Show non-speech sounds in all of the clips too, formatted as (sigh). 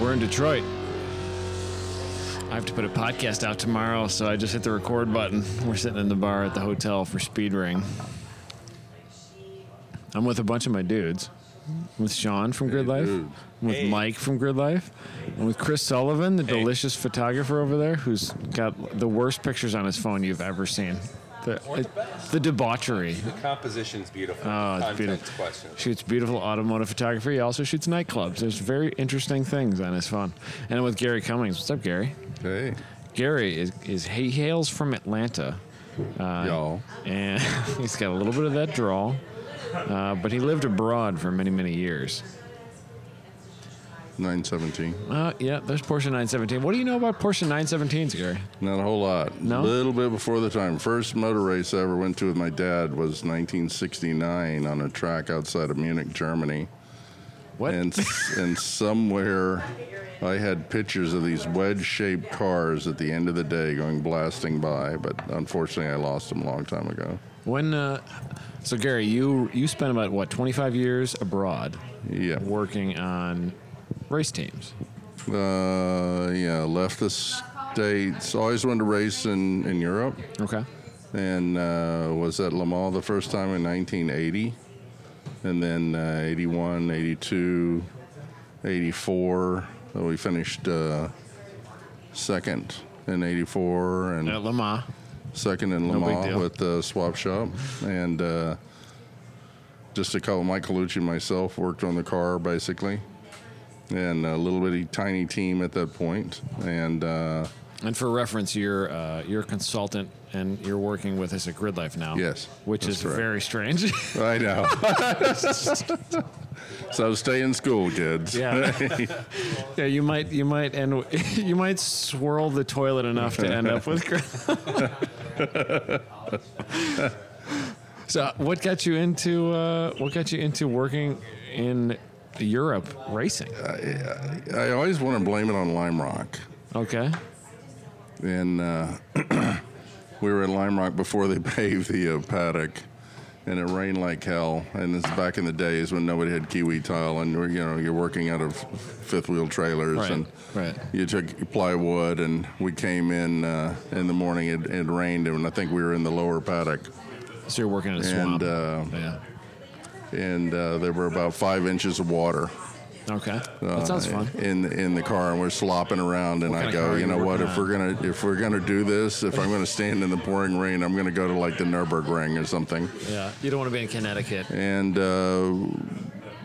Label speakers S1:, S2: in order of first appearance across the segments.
S1: we're in Detroit. I have to put a podcast out tomorrow, so I just hit the record button. We're sitting in the bar at the hotel for Speed Ring. I'm with a bunch of my dudes. I'm with Sean from Grid Life.
S2: dude.
S1: I'm with
S3: Hey.
S1: Mike from Grid Life. I'm with Chris Sullivan, the delicious photographer over there, who's got the worst pictures on his phone you've ever seen. The, the debauchery.
S3: The composition's beautiful.
S1: Oh, it's
S3: Content's
S1: beautiful.
S3: questionable.
S1: Shoots beautiful automotive photography. He also shoots nightclubs. There's very interesting things on his phone. And I'm with Gary Cummings. What's up, Gary?
S2: Hey,
S1: Gary is, is he hails from Atlanta,
S2: y'all.
S1: and (laughs) he's got a little bit of that drawl, uh, but he lived abroad for many many years.
S2: 917.
S1: Uh, yeah, there's Porsche 917. What do you know about Porsche 917s, Gary?
S2: Not a whole lot.
S1: No?
S2: A little bit before the time. First motor race I ever went to with my dad was 1969 on a track outside of Munich, Germany.
S1: What?
S2: And, s- and somewhere I had pictures of these wedge shaped cars at the end of the day going blasting by, but unfortunately I lost them a long time ago.
S1: when? Uh, so Gary, you you spent about what 25 years abroad,
S2: Yeah.
S1: working on race teams.
S2: Uh, yeah, left the States. Always wanted to race in, in Europe.
S1: Okay.
S2: and uh, was at Le Mans the first time in 1980, and then uh, 81, 82, 84. So we finished uh, second in 84 and
S1: At Lama.
S2: second in Le
S1: No big
S2: Mans
S1: deal.
S2: with the swap shop. And uh, just a couple, Mike Colucci and myself worked on the car basically, and a little bitty tiny team at that point. And uh,
S1: And for reference, you're uh, you're a consultant and you're working with us at Grid Life now.
S2: Yes,
S1: Which
S2: that's
S1: is
S2: correct.
S1: very strange.
S2: I know. so stay in school, kids.
S1: (laughs) Yeah. (laughs) yeah, you might you might end (laughs) you might swirl the toilet enough to end up with. gra- (laughs) so, what got you into uh, what got you into working in Europe racing?
S2: Uh, I always want to blame it on Lime Rock.
S1: Okay.
S2: And uh, (clears throat) we were at Lime Rock before they (laughs) paved the uh, paddock, and it rained like hell. And this is back in the days when nobody had kiwi tile, and we're, you know you're working out of fifth wheel trailers,
S1: Right,
S2: and
S1: right.
S2: you took plywood. And we came in uh, in the morning. It, it rained, and I think we were in the lower paddock.
S1: So you're working in a swamp.
S2: And, uh,
S1: yeah.
S2: and uh, there were about five inches of water.
S1: Okay.
S2: uh,
S1: that sounds fun.
S2: (laughs) In in the car, and we're slopping around, and I
S1: kind of
S2: go,
S1: car
S2: you
S1: are
S2: know
S1: you
S2: what?
S1: working
S2: If we're gonna if we're gonna do this, if I'm gonna stand in the pouring rain, I'm gonna go to like the Nurburgring or something.
S1: Yeah. You don't want to be in Connecticut.
S2: And uh,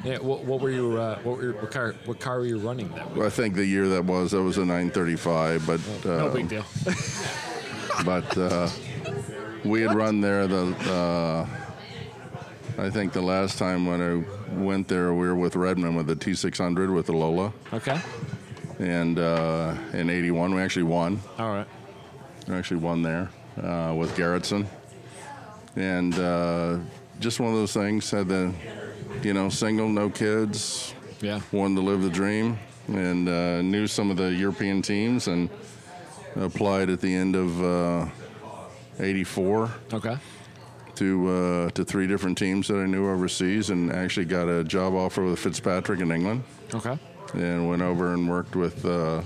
S1: Yeah. What, what were you? Uh, what were your, what car? What car were you running that week?
S2: I think the year that was that was a 935, but uh,
S1: No big deal.
S2: but uh, we had run there the. Uh, I think the last time when I went there, we were with Redmond with the T600 with the Lola,
S1: okay.
S2: and uh, in '81 we actually won.
S1: All right.
S2: I actually won there uh, with Garrettson. And uh, just one of those things, had the, you know, single, no kids,
S1: Yeah.
S2: wanted to live the dream, and uh, knew some of the European teams and applied at the end of uh, 84
S1: Okay.
S2: to, uh, to three different teams that I knew overseas and actually got a job offer with Fitzpatrick in England
S1: Okay.
S2: and went over and worked with uh,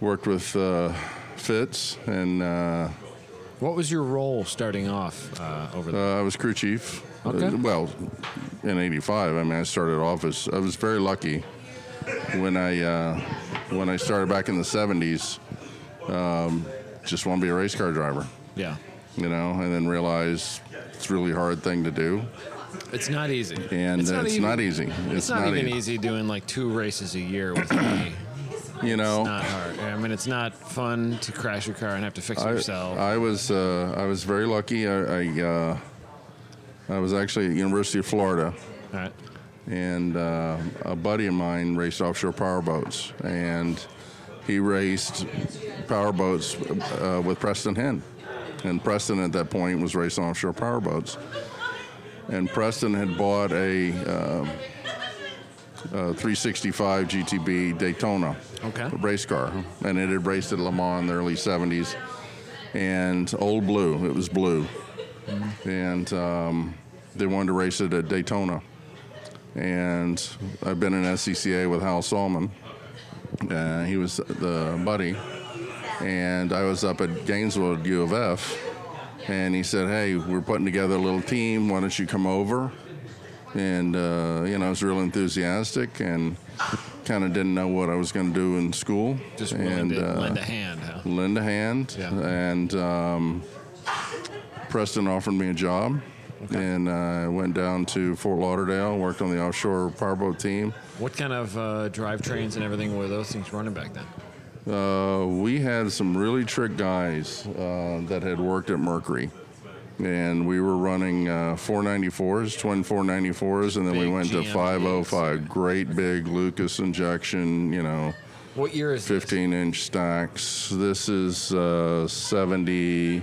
S2: worked with uh, Fitz and uh,
S1: What was your role starting off uh, over there?
S2: Uh, I was crew chief.
S1: Okay.
S2: Uh, well, in '85, I mean, I started off as I was very lucky when I uh, when I started back in the '70s. Um, just want to be a race car driver,
S1: yeah.
S2: you know, and then realize it's a really hard thing to do,
S1: It's not easy.
S2: and it's,
S1: even-
S2: not e-, easy.
S1: It's, not, even
S2: ea-
S1: easy doing like two races a year with
S2: (coughs)
S1: me.
S2: you know.
S1: not hard. I mean, it's not fun to crash your car and have to fix it
S2: I,
S1: yourself.
S2: I was uh, I was very lucky. I I, uh, I was actually at University of Florida.
S1: All right.
S2: and uh, a buddy of mine raced offshore powerboats, and he raced powerboats uh, with Preston Hen, and Preston at that point was racing offshore powerboats, and Preston had bought a, uh, a 365 GTB Daytona
S1: Okay.
S2: race car, and it had raced at Le Mans in the early 70s, and old blue, it was blue, and um, they wanted to race it at Daytona and I've been in SCCA with Hal Solomon, Uh, he was the buddy, and I was up at Gainesville at U of F, and he said, "Hey, we're putting together a little team. Why don't you come over?" And uh, you know, I was real enthusiastic and kind of didn't know what I was going to do in school.
S1: Just
S2: and
S1: willing to
S2: uh,
S1: lend a hand. Huh?
S2: lend a hand,
S1: Yeah.
S2: and um, Preston offered me a job, and uh, I went down to Fort Lauderdale, worked on the offshore powerboat team.
S1: What kind of uh, drivetrains and everything were those things running back then?
S2: Uh, we had some really trick guys uh, that had worked at Mercury. And we were running uh, 494s, twin 494s, and then we
S1: Big
S2: went
S1: GM
S2: to 505, great big Lucas injection, you know,
S1: What year is this?
S2: 15 inch stacks. This is uh, 78.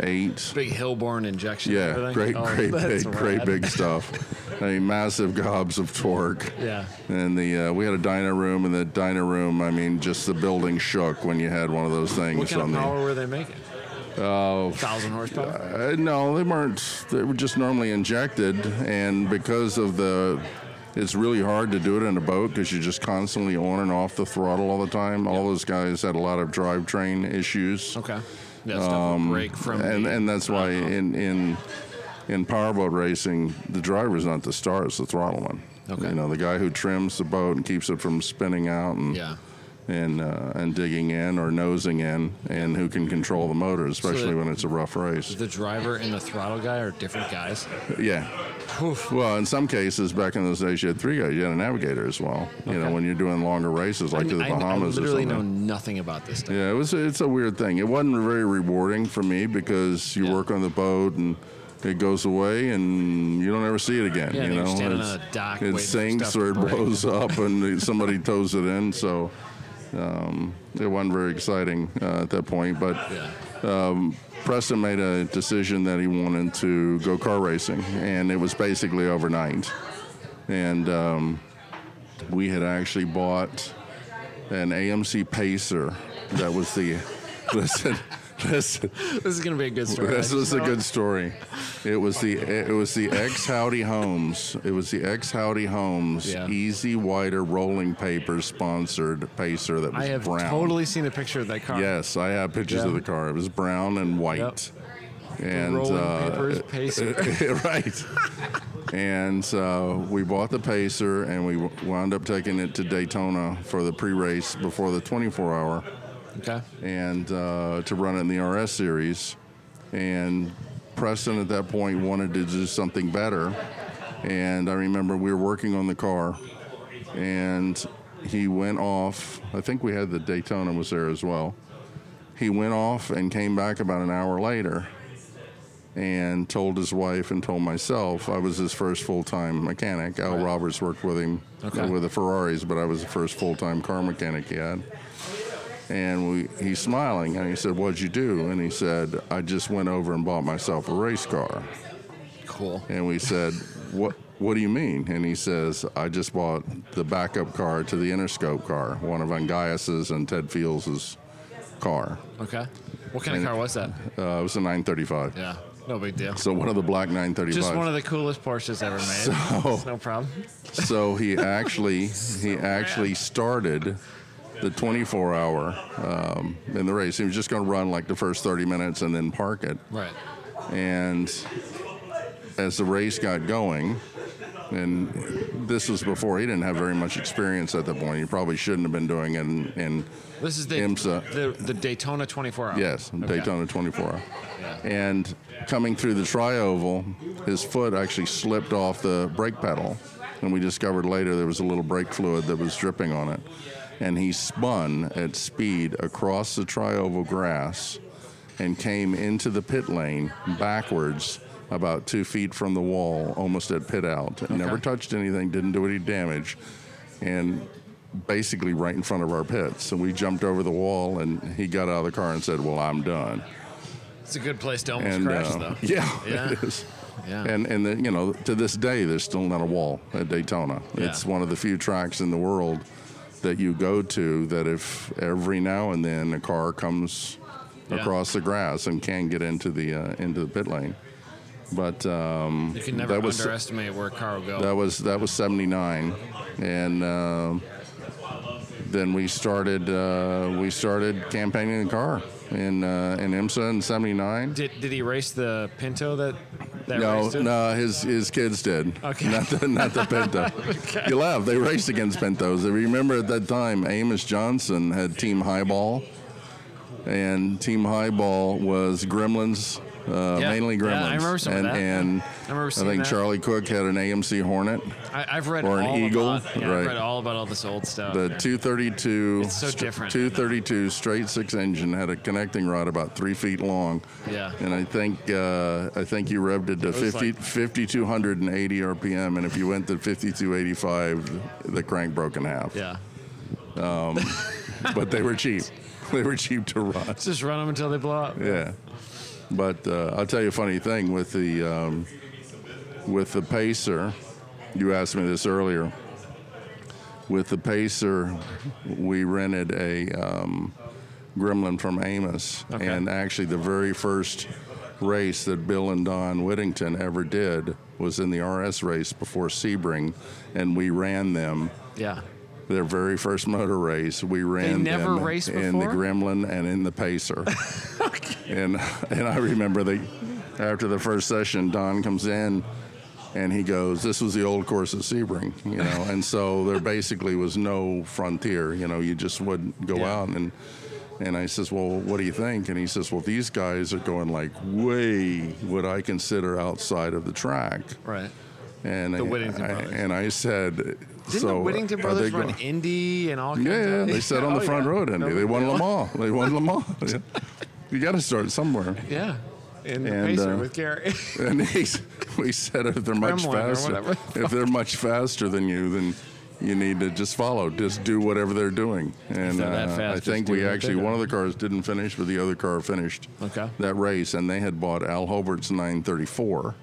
S1: Big Hillborn injection. and
S2: Yeah,
S1: everything?
S2: great,
S1: Oh,
S2: great,
S1: that's
S2: big, great,
S1: rad.
S2: big stuff. I mean, massive gobs of torque.
S1: Yeah.
S2: (laughs) And the uh, we had a diner room, and the diner room, I mean, just the building shook when you had one of those things
S1: What kind
S2: on
S1: of
S2: the.
S1: power were they making? Oh, thousand horsepower.
S2: Uh, no, they weren't. They were just normally injected, and because of the, it's really hard to do it in a boat because you're just constantly on and off the throttle all the time. All those guys had a lot of drivetrain issues.
S1: Okay. Yeah, stuff would break from.
S2: Um, and
S1: the-
S2: and that's why in in in powerboat racing the driver's not the star it's the throttle one
S1: Okay.
S2: you know the guy who trims the boat and keeps it from spinning out and
S1: yeah.
S2: and uh, and digging in or nosing in and who can control the motor especially
S1: that-
S2: when it's a rough race
S1: The driver and the throttle guy are different guys.
S2: yeah
S1: Oof.
S2: well in some cases back in those days you had three guys you had a navigator as well you know
S1: Okay.
S2: when you're doing longer races like to the
S1: I, I
S2: Bahamas or
S1: literally
S2: something
S1: know nothing about this stuff.
S2: Yeah, it was. It's a weird thing. It wasn't very rewarding for me because you
S1: Yeah.
S2: work on the boat and it goes away and you don't ever see it again.
S1: Yeah,
S2: you
S1: and
S2: know,
S1: you're standing
S2: It's-
S1: on a dock waiting
S2: it
S1: for
S2: sinks
S1: stuff
S2: or it
S1: to break. (laughs)
S2: blows up and somebody tows it in. So um, it wasn't very exciting uh, at that point. But
S1: Yeah.
S2: Preston made a decision that he wanted to go car racing, and it was basically overnight. And um, we had actually bought an AMC Pacer that was the (laughs) listen, listen.
S1: This is gonna be a good story.
S2: (laughs) This was a good story. It was the it was the ex Howdy Homes. It was the ex Howdy Homes
S1: Yeah.
S2: Easy Wider Rolling Paper sponsored Pacer that was
S1: I have
S2: brown.
S1: totally seen a picture of that car.
S2: Yes, I have pictures
S1: Yeah.
S2: of the car. It was brown and white. And
S1: Rolling
S2: uh, (laughs)
S1: papers, pacer.
S2: right. and so we bought the Pacer and we wound up taking it to Daytona for the pre race before the 24 hour
S1: Okay.
S2: and uh, to run it in the RS series. And Preston at that point wanted to do something better. And I remember we were working on the car and he went off. I think we had the Daytona was there as well. He went off and came back about an hour later and told his wife and told myself I was his first full-time mechanic. Al Roberts worked with him
S1: Okay.
S2: with the Ferraris, but I was the first full-time car mechanic he had. And we, he's smiling, and he said, "What'd you do?" And he said, "I just went over and bought myself a race car."
S1: Cool.
S2: And we said, "What? What do you mean?" And he says, "I just bought the backup car to the Interscope car, one of Angias's and Ted Fields' car.
S1: Okay. What kind of
S2: And-
S1: car was that?
S2: Uh, it was a 935.
S1: Yeah. No big deal.
S2: So one of the black 935s.
S1: Just one of the coolest Porsches ever made.
S2: So-
S1: It's (laughs) no problem.
S2: So
S1: (laughs)
S2: he actually he actually started the 24 hour um, in the race. He was just going to run like the first 30 minutes and then park it.
S1: Right.
S2: And as the race got going, and this was before he didn't have very much experience at that point. He probably shouldn't have been doing it. And, and
S1: This is the
S2: IMSA.
S1: the, the Daytona 24 hour.
S2: yes, Daytona 24 hour.
S1: Yeah.
S2: And coming through the trioval, his foot actually slipped off the brake pedal. And we discovered later there was a little brake fluid that was dripping on it. And he spun at speed across the trioval grass and came into the pit lane backwards about two feet from the wall, almost at pit out. Never touched anything, didn't do any damage. And basically right in front of our pits. So we jumped over the wall and he got out of the car and said, Well, I'm done
S1: It's a good place to almost
S2: and
S1: crash
S2: uh,
S1: though.
S2: (laughs) Yeah,
S1: Yeah.
S2: it is.
S1: Yeah.
S2: And and the, you know to this day there's still not a wall at Daytona.
S1: Yeah.
S2: It's one of the few tracks in the world that you go to that if every now and then a car comes
S1: Yeah.
S2: across the grass and can get into the uh, into the pit lane. But um,
S1: You can never
S2: that was
S1: underestimate where a car will go.
S2: that was that was '79, and uh, um, then we started uh, we started campaigning the car in uh, in IMSA in '79.
S1: Did, did he race the Pinto that that
S2: No,
S1: raced it?
S2: no, his his kids did.
S1: Okay.
S2: Not the not the
S1: (laughs)
S2: Pinto. You laugh. They raced against Pintos. I remember at that time, Amos Johnson had Team Highball, and Team Highball was Gremlins, uh,
S1: Yeah.
S2: mainly Gremlins.
S1: Yeah, I remember some of
S2: and,
S1: that.
S2: And
S1: I remember seeing
S2: think
S1: that.
S2: Charlie Cook had an AMC Hornet.
S1: I, I've read
S2: or an
S1: all
S2: eagle,
S1: about, yeah, I've
S2: right.
S1: read all about all this old stuff.
S2: The 232.
S1: It's so
S2: stra-
S1: different.
S2: 232 straight six engine had a connecting rod about three feet long.
S1: Yeah.
S2: And I think uh, I think you revved it to
S1: was
S2: 50,
S1: like-
S2: 5,280 RPM, and if you went to 5,285, the crank broke in half.
S1: yeah.
S2: But they
S1: (laughs)
S2: were cheap. they were cheap to run.
S1: Just run them until they blow up.
S2: Yeah. But uh, I'll tell you a funny thing with the um, with the pacer. You asked me this earlier. With the pacer, we rented a um, Gremlin from Amos,
S1: Okay.
S2: and actually the very first race that Bill and Don Whittington ever did was in the RS race before Sebring, and we ran them.
S1: Yeah.
S2: Their very first motor race, we ran
S1: never
S2: them
S1: raced
S2: in the
S1: before?
S2: Gremlin and in the
S1: (laughs)
S2: Pacer. And and I remember the after the first session, Don comes in and he goes, "This was the old course at Sebring, you know." and so there basically was no frontier, you know. You just would go
S1: Yeah.
S2: out and and I says, "Well, what do you think?" And he says, "Well, these guys are going like way what I consider outside of the track."
S1: Right.
S2: And the
S1: Whittington
S2: I,
S1: brothers.
S2: and I said,
S1: Didn't
S2: "So
S1: the Whittington
S2: are
S1: brothers
S2: they
S1: run
S2: go-
S1: Indy and all kinds
S2: yeah, yeah,
S1: of (laughs)
S2: they sat on the
S1: Oh,
S2: front
S1: yeah.
S2: row, didn't
S1: No
S2: they?
S1: big
S2: They won
S1: deal.
S2: Le Mans. They won Le Mans.
S1: (laughs)
S2: Yeah. You got to start somewhere.
S1: Yeah. In the
S2: And,
S1: Pacer
S2: uh,
S1: with Gary. (laughs)
S2: And he's, we said if they're much
S1: Gremlin or
S2: faster,
S1: whatever.
S2: if they're much faster than you, then you need to just follow. Just do whatever they're doing. And
S1: they're that
S2: uh,
S1: fast,
S2: I
S1: just
S2: think
S1: do
S2: we
S1: what they
S2: actually
S1: do.
S2: one of the cars didn't finish, but the other car finished
S1: Okay.
S2: that race, and they had bought Al Hobart's 934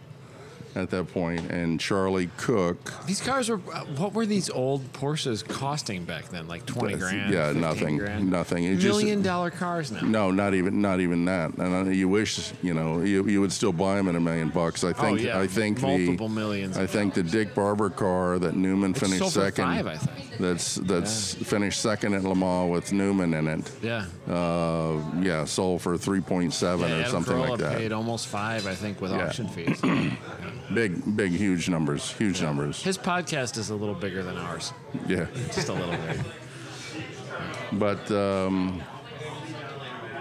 S2: at that point, and Charlie Cook.
S1: these cars were, uh, what were these old Porsches costing back then? Like 20 grand?
S2: yeah,
S1: 15
S2: nothing,
S1: grand?
S2: nothing. It just-
S1: Million dollar cars now.
S2: No, not even not even that. And I, you wish you know you, you would still buy them at a million bucks. I think
S1: Oh, yeah,
S2: I think
S1: multiple
S2: the,
S1: millions
S2: I
S1: of
S2: think the Dick Barber car that Newman finished
S1: sold for
S2: second.
S1: five, I think.
S2: That's that's finished second at Le Mans with Newman in it.
S1: Yeah.
S2: Uh, yeah, sold for three point seven
S1: yeah
S2: or
S1: Adam
S2: something
S1: Carolla
S2: like that.
S1: paid almost five, I think, with
S2: Yeah.
S1: auction
S2: (clears throat)
S1: fees.
S2: Big big huge numbers, huge numbers.
S1: His podcast is a little bigger than ours.
S2: Yeah,
S1: Just a little bit.
S2: but. Um,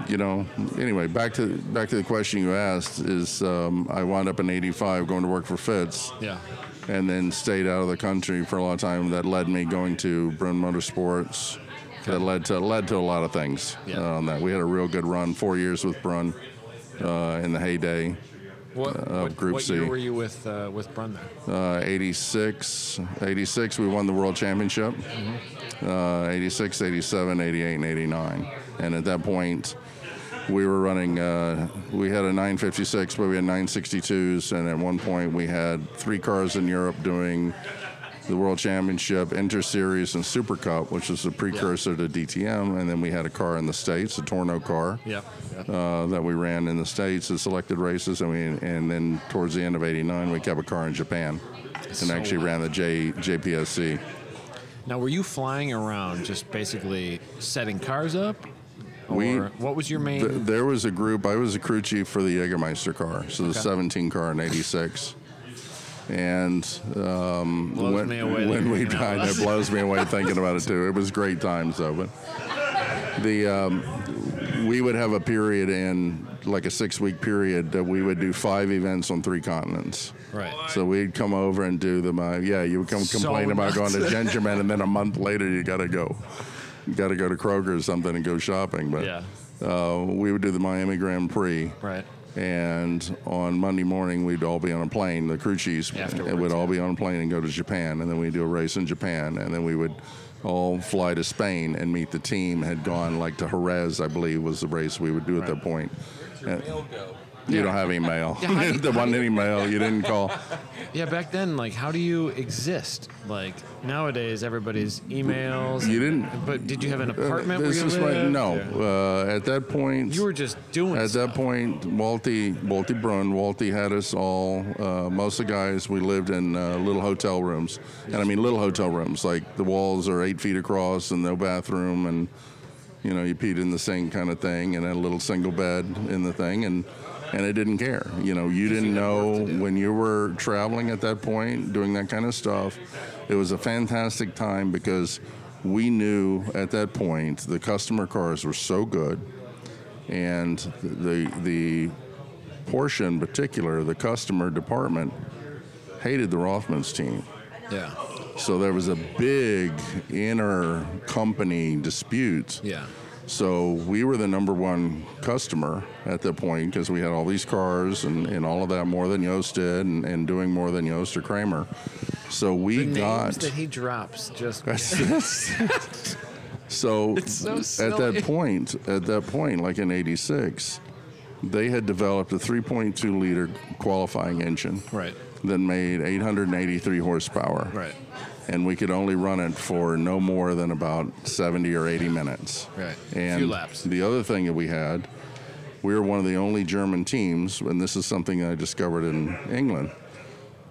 S2: you know, anyway, back to back to the question you asked is um, I wound up in '85 going to work for Fitz,
S1: Yeah.
S2: and then stayed out of the country for a long time. That led me going to Bryn Motorsports. That led to led to a lot of things.
S1: Yeah.
S2: uh, on that we had a real good run, four years with Brun uh, in the heyday. uh,
S1: What, what,
S2: Group
S1: what
S2: C.
S1: year were you with uh, with Brun there?
S2: Uh, 86, 86, we won the world championship. Uh, 86, 87, 88, and 89. And at that point, we were running, uh, we had a 956, but we had 962s. And at one point, we had three cars in Europe doing the world championship, Inter Series, and Super Cup, which was a precursor to DTM. And then we had a car in the States, a Torno car
S1: Yep.
S2: uh, that we ran in the states at selected races, and we and then towards the end of '89 we kept a car in Japan, and
S1: So
S2: actually
S1: wild.
S2: ran the J, JPSC.
S1: Now, were you flying around just basically setting cars up? Or
S2: We-
S1: what was your main?
S2: Th- there was a group. I was a crew chief for the Jägermeister car, so the 17 car in '86. And um,
S1: Blows
S2: when,
S1: me away
S2: when
S1: that
S2: we
S1: you're hanging out
S2: died,
S1: with (laughs)
S2: it
S1: us.
S2: blows me away thinking about it too. It was great times though, but the um, we would have a period in like a six week period that we would do five events on three continents.
S1: right.
S2: So we'd come over and do them. Uh, yeah, you would come
S1: So
S2: complain about going
S1: nuts. (laughs)
S2: to Gingerman, and then a month later you got to go, you got to go to Kroger or something and go shopping. But
S1: Yeah.
S2: uh, we would do the Miami Grand Prix,
S1: Right.
S2: and on Monday morning we'd all be on a plane. The crew chiefs
S1: Afterwards,
S2: would all be on a plane and go to Japan, and then we'd do a race in Japan, and then we would all fly to Spain and meet the team. Had gone like to Jerez, I believe, was the race we would do at that point. And- You
S1: Yeah.
S2: don't have email.
S1: (laughs) Yeah, how do you-
S2: (laughs) there wasn't any mail. You didn't call.
S1: Yeah, back then, like, how do you exist? Like nowadays, everybody's emails.
S2: You didn't-
S1: But did you have an
S2: Uh,
S1: apartment where
S2: this
S1: you
S2: is
S1: lived?
S2: what- no.
S1: Or-
S2: Uh, at that point,
S1: You were just doing.
S2: At
S1: stuff.
S2: that point, Walty, Walty Brun, Walty had us all. Uh, most of the guys we lived in uh, little hotel rooms, and I mean little hotel rooms. Like the walls are eight feet across, and no bathroom, and you know you peed in the sink kind of thing, and had a little single bed in the thing, and and it didn't care. You know, you didn't know when you were traveling at that point, doing that kind of stuff. It was a fantastic time because. We knew at that point the customer cars were so good and the the Porsche in particular, the customer department hated the Rothmans team.
S1: Yeah.
S2: So there was a big inner company dispute.
S1: Yeah.
S2: So we were the number one customer at that point because we had all these cars and, and all of that more than Yost did and, and doing more than Yost or Kramer. So we
S1: The
S2: got
S1: names that he drops just. (laughs)
S2: so,
S1: so
S2: at
S1: silly.
S2: that point, at that point, like in '86, they had developed a 3.2 liter qualifying engine
S1: Right.
S2: that made 883 horsepower,
S1: Right.
S2: and we could only run it for no more than about 70 or 80 minutes.
S1: Right.
S2: And
S1: Few laps.
S2: The other thing that we had, we were one of the only German teams, and this is something I discovered in England,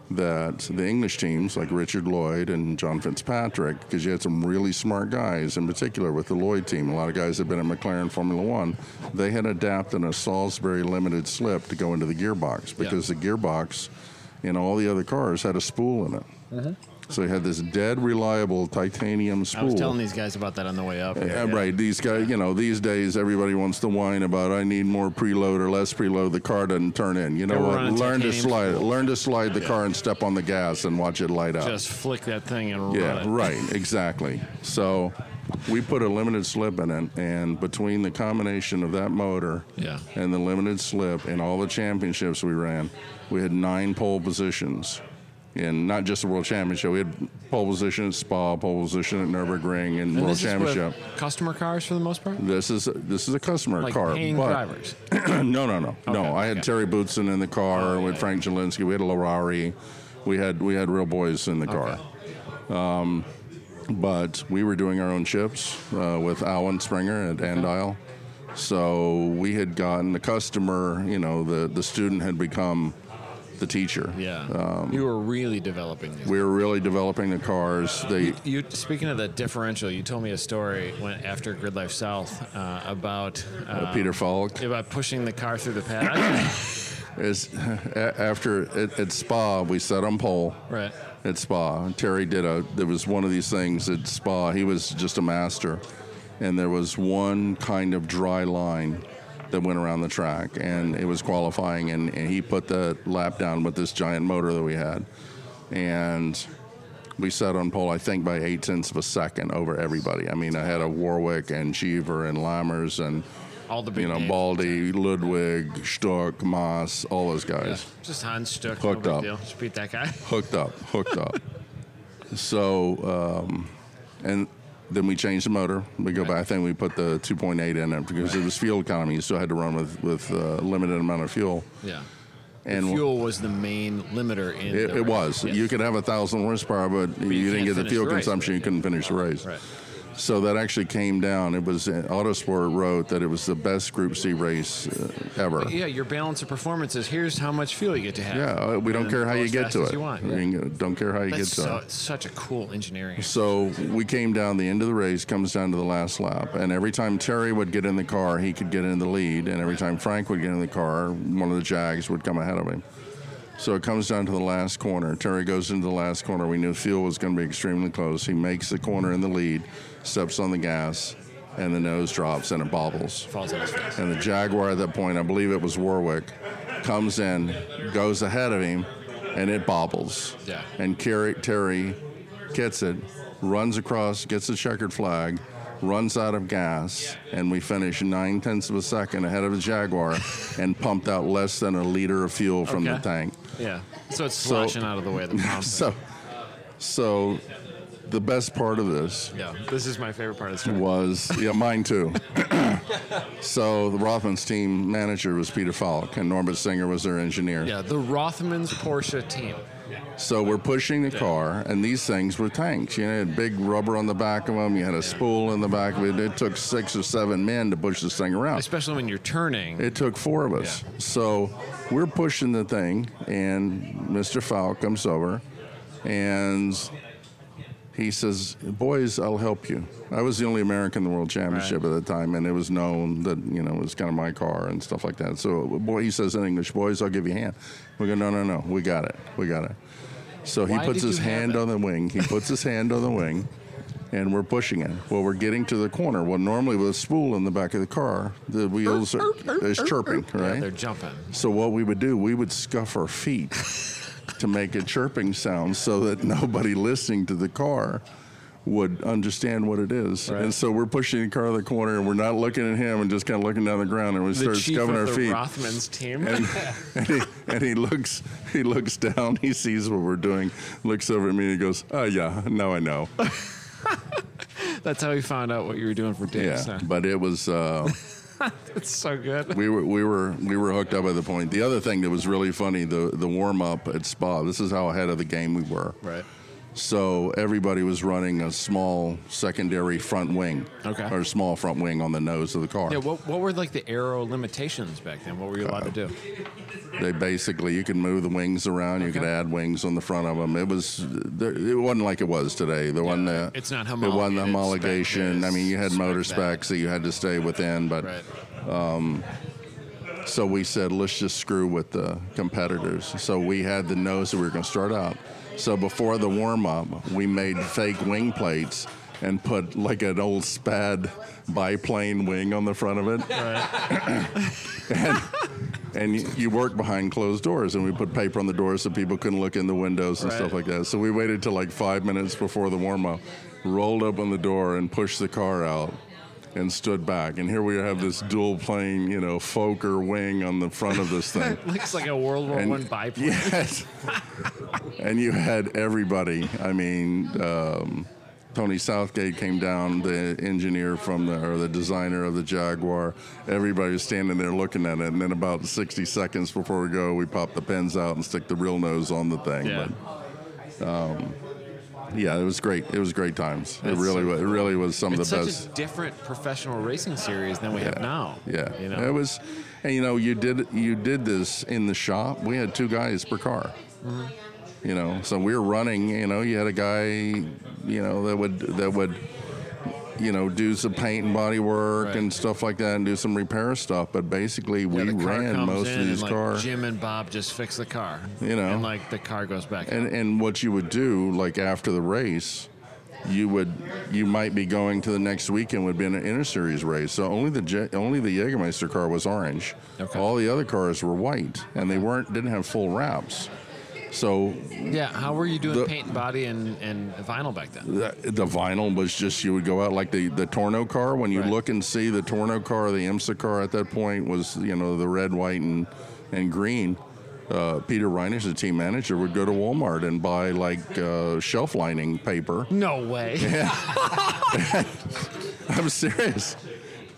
S2: that the English teams, like Richard Lloyd and John Fitzpatrick, because you had some really smart guys, in particular with the Lloyd team, a lot of guys that had been in McLaren Formula One, they had adapted a Salisbury limited slip to go into the gearbox because the gearbox in all the other cars had a spool in it. So you had this dead reliable titanium spool.
S1: Uh-huh. I was telling these guys about that on the way up.
S2: Yeah, Right. These guys, you know, these days everybody wants to whine about I need more preload or less preload. The car doesn't turn in. You know
S1: were
S2: what?
S1: running
S2: Learn to
S1: titanium
S2: slide. Learn to slide the car and step on the gas and watch it light up.
S1: Just flick that thing and
S2: yeah.
S1: run. it.
S2: Right. Exactly. So we put a limited slip in it, and between the combination of that motor
S1: Yeah.
S2: and the limited slip and all the championships we ran, we had nine pole positions. And not just the world championship. We had pole position at Spa, pole position at Nürburgring,
S1: And
S2: and, world
S1: this is with
S2: championship.
S1: customer cars for the most part.
S2: This is this is a customer
S1: Like
S2: car.
S1: paying
S2: but-
S1: drivers.
S2: (clears throat) no, no, no,
S1: Okay,
S2: no. I
S1: okay.
S2: had
S1: Oh,
S2: Terry Bootson in the car with Frank Jelinski. We had a Larari. We had we had real boys in the car. Um, but we were doing our own chips uh, with Alan Springer at Andile. So we had gotten the customer. You know, the the student had become the teacher.
S1: Yeah.
S2: um,
S1: you were really developing these.
S2: We were really developing the cars. They
S1: You speaking of that differential, you told me a story when after Grid Life South uh, about uh,
S2: Peter Falk.
S1: about pushing the car through the
S2: (coughs)
S1: paddock.
S2: is (laughs) a- after at, at Spa we sat on pole.
S1: Right.
S2: At Spa, Terry did a. There was one of these things at Spa. He was just a master, and there was one kind of dry line that went around the track, and it was qualifying, and, and he put the lap down with this giant motor that we had, and. We sat on pole, I think, by eight tenths of a second over everybody. I mean, I had a Warwick and Cheever and Lammers and
S1: All the big
S2: you know,
S1: names.
S2: Baldy, Ludwig, Stork, Moss, all those guys
S1: Just Hans Stuck.
S2: Hooked
S1: no big
S2: up.
S1: Deal. Just beat that
S2: (laughs)
S1: guy.
S2: hooked up, hooked up. So, um, and then we changed the motor. We go back. I think we put the 2.8 in it because it was fuel economy. You still had to run with with uh, limited amount of fuel.
S1: Yeah.
S2: And
S1: Fuel was the main limiter in.
S2: It,
S1: the
S2: it
S1: race.
S2: was.
S1: Yeah.
S2: You could have a thousand horsepower, but, you,
S1: you
S2: didn't
S1: can't
S2: get the
S1: finish
S2: fuel
S1: the race,
S2: consumption. You couldn't finish the race.
S1: Right.
S2: So that actually came down. It was uh, Autosport wrote that it was the best Group C race uh, ever.
S1: Yeah, your balance of performances. Here's how much fuel you get to have.
S2: Yeah, uh, we don't
S1: And
S2: care how
S1: go
S2: you
S1: as
S2: get
S1: fast
S2: to
S1: as
S2: it.
S1: You want.
S2: We can- don't care how you
S1: That's
S2: get to
S1: so,
S2: it.
S1: such a cool engineering.
S2: So we came down the end of the race, comes down to the last lap, and every time Terry would get in the car, he could get in the lead, and every time Frank would get in the car, one of the Jags would come ahead of him. So it comes down to the last corner. Terry goes into the last corner. We knew fuel was going to be extremely close. He makes the corner in the lead, steps on the gas, and the nose drops and it bobbles
S1: Falls on his
S2: (laughs)
S1: face.
S2: and the Jaguar at that point, I believe it was Warwick, comes in, goes ahead of him, and it bobbles.
S1: Yeah.
S2: And Kerry, Terry gets it, runs across, gets the checkered flag, runs out of gas, and we finish nine tenths of a second ahead of the
S1: (laughs)
S2: Jaguar and pumped out less than a liter of fuel from
S1: Okay.
S2: the tank. (laughs)
S1: Yeah. So it's sloshing out of the way of the pump.
S2: So, so the best part of this
S1: Yeah, this is my favorite part of the story.
S2: was yeah, mine too. (clears throat) so the Rothmans team manager was Peter Falk, and Norbert Singer was their engineer.
S1: Yeah, the Rothmans Porsche team.
S2: So we're pushing the car, and these things were tanks. You had big rubber on the back of them. You had a spool in the back of it. It took six or seven men to push this thing around.
S1: Especially when you're turning.
S2: It took four of us. So we're pushing the thing, and Mr. Fowl comes over and he says, Boys, I'll help you. I was the only American in the World Championship at the time, and it was known that, you know, it was kind of my car and stuff like that. So boy, he says in English, Boys, I'll give you a hand. We go, No, no, no, we got it. We got it. So he
S1: Why
S2: puts
S1: did
S2: his
S1: you have
S2: hand
S1: it?
S2: on the wing. He puts his hand on the wing, and we're pushing it. Well, we're getting to the corner. Well, normally with a spool in the back of the car, the wheels are is chirping,
S1: Yeah, they're
S2: right?
S1: jumping.
S2: So what we would do, we would scuff our feet to make a chirping sound so that (laughs) nobody listening to the car would understand what it is. And so we're pushing the car to the corner, and we're not looking at him, and just kind of looking down the ground, and we
S1: The
S2: start
S1: chief of
S2: scuffing our
S1: the
S2: feet
S1: Rothmans team.
S2: and, and, he, and he looks he looks down he sees what we're doing looks over at me and he goes oh yeah now
S1: (laughs)
S2: i know
S1: That's how we found out what you were doing for
S2: yeah
S1: days. (laughs) huh?
S2: but it was uh,
S1: It's so good.
S2: we were we were we were hooked up at the point the other thing that was really funny the the warm-up at spa this is how ahead of the game we were
S1: Right.
S2: so everybody was running a small secondary front wing
S1: Okay.
S2: or small front wing on the nose of the car
S1: Yeah, what, what were like the aero limitations back then? What were you allowed to do?
S2: They basically, you can move the wings around. You could
S1: Okay.
S2: add wings on the front of them. It was, there- it wasn't like it was today. There wasn't the,
S1: it's not
S2: It wasn't the
S1: homologated spec,
S2: homologation. I mean, you had
S1: it's
S2: motor
S1: spec that.
S2: specs that you had to stay within. But
S1: Right.
S2: so we said, let's just screw with the competitors. So we had the nose that we were going to start out. So before the warm up, we made fake wing plates and put like an old Spad biplane wing on the front of it. (laughs) and you, you work behind closed doors and we put paper on the doors so people couldn't look in the windows and stuff
S1: Right.
S2: like that so we waited till like five minutes before the warm-up rolled open the door and pushed the car out and stood back and here we have this dual plane you know fokker wing on the front of this thing
S1: Looks like a World War (laughs) One biplane.
S2: Yes. and you had everybody. I mean, um, Tony Southgate came down, the engineer from the or the designer of the Jaguar. Everybody was standing there looking at it, and then about 60 seconds before we go, we pop the pins out and stick the real nose on the
S1: (laughs)
S2: thing.
S1: Yeah.
S2: But yeah, it was great. It was great times.
S1: That's
S2: it really
S1: so
S2: was. It really was some
S1: It's
S2: of the
S1: such
S2: best.
S1: a different professional racing series than we have now.
S2: Yeah,
S1: You know?
S2: it was, and you know, you did you did this in the shop. We had two guys per car.
S1: Mm-hmm.
S2: You know, so we were running. You know, you had a guy, you know, that would that would, you know, do some paint and body work
S1: Right.
S2: and stuff like that, and do some repair stuff. But basically,
S1: Yeah,
S2: we
S1: the car
S2: ran
S1: comes
S2: most
S1: in
S2: of these
S1: and, like,
S2: cars.
S1: Jim and Bob just fix the car.
S2: You know.
S1: And like the car goes back.
S2: And and what you would do, like after the race, you would you might be going to the next weekend would be an inter series race. So only the Je- only the Jägermeister car was orange.
S1: Okay.
S2: All the other cars were white, and they weren't didn't have full wraps. So
S1: yeah, how were you doing
S2: The-
S1: paint and body and, and vinyl back then?
S2: the, the vinyl was just you would go out like the the Torno car. When you
S1: Right.
S2: look and see the Torno car, the IMSA car at that point was you know the red, white, and and green. Uh, Peter Reinisch, the team manager, would go to Walmart and buy like uh, shelf lining paper.
S1: No
S2: (laughs)
S1: way.
S2: I'm serious.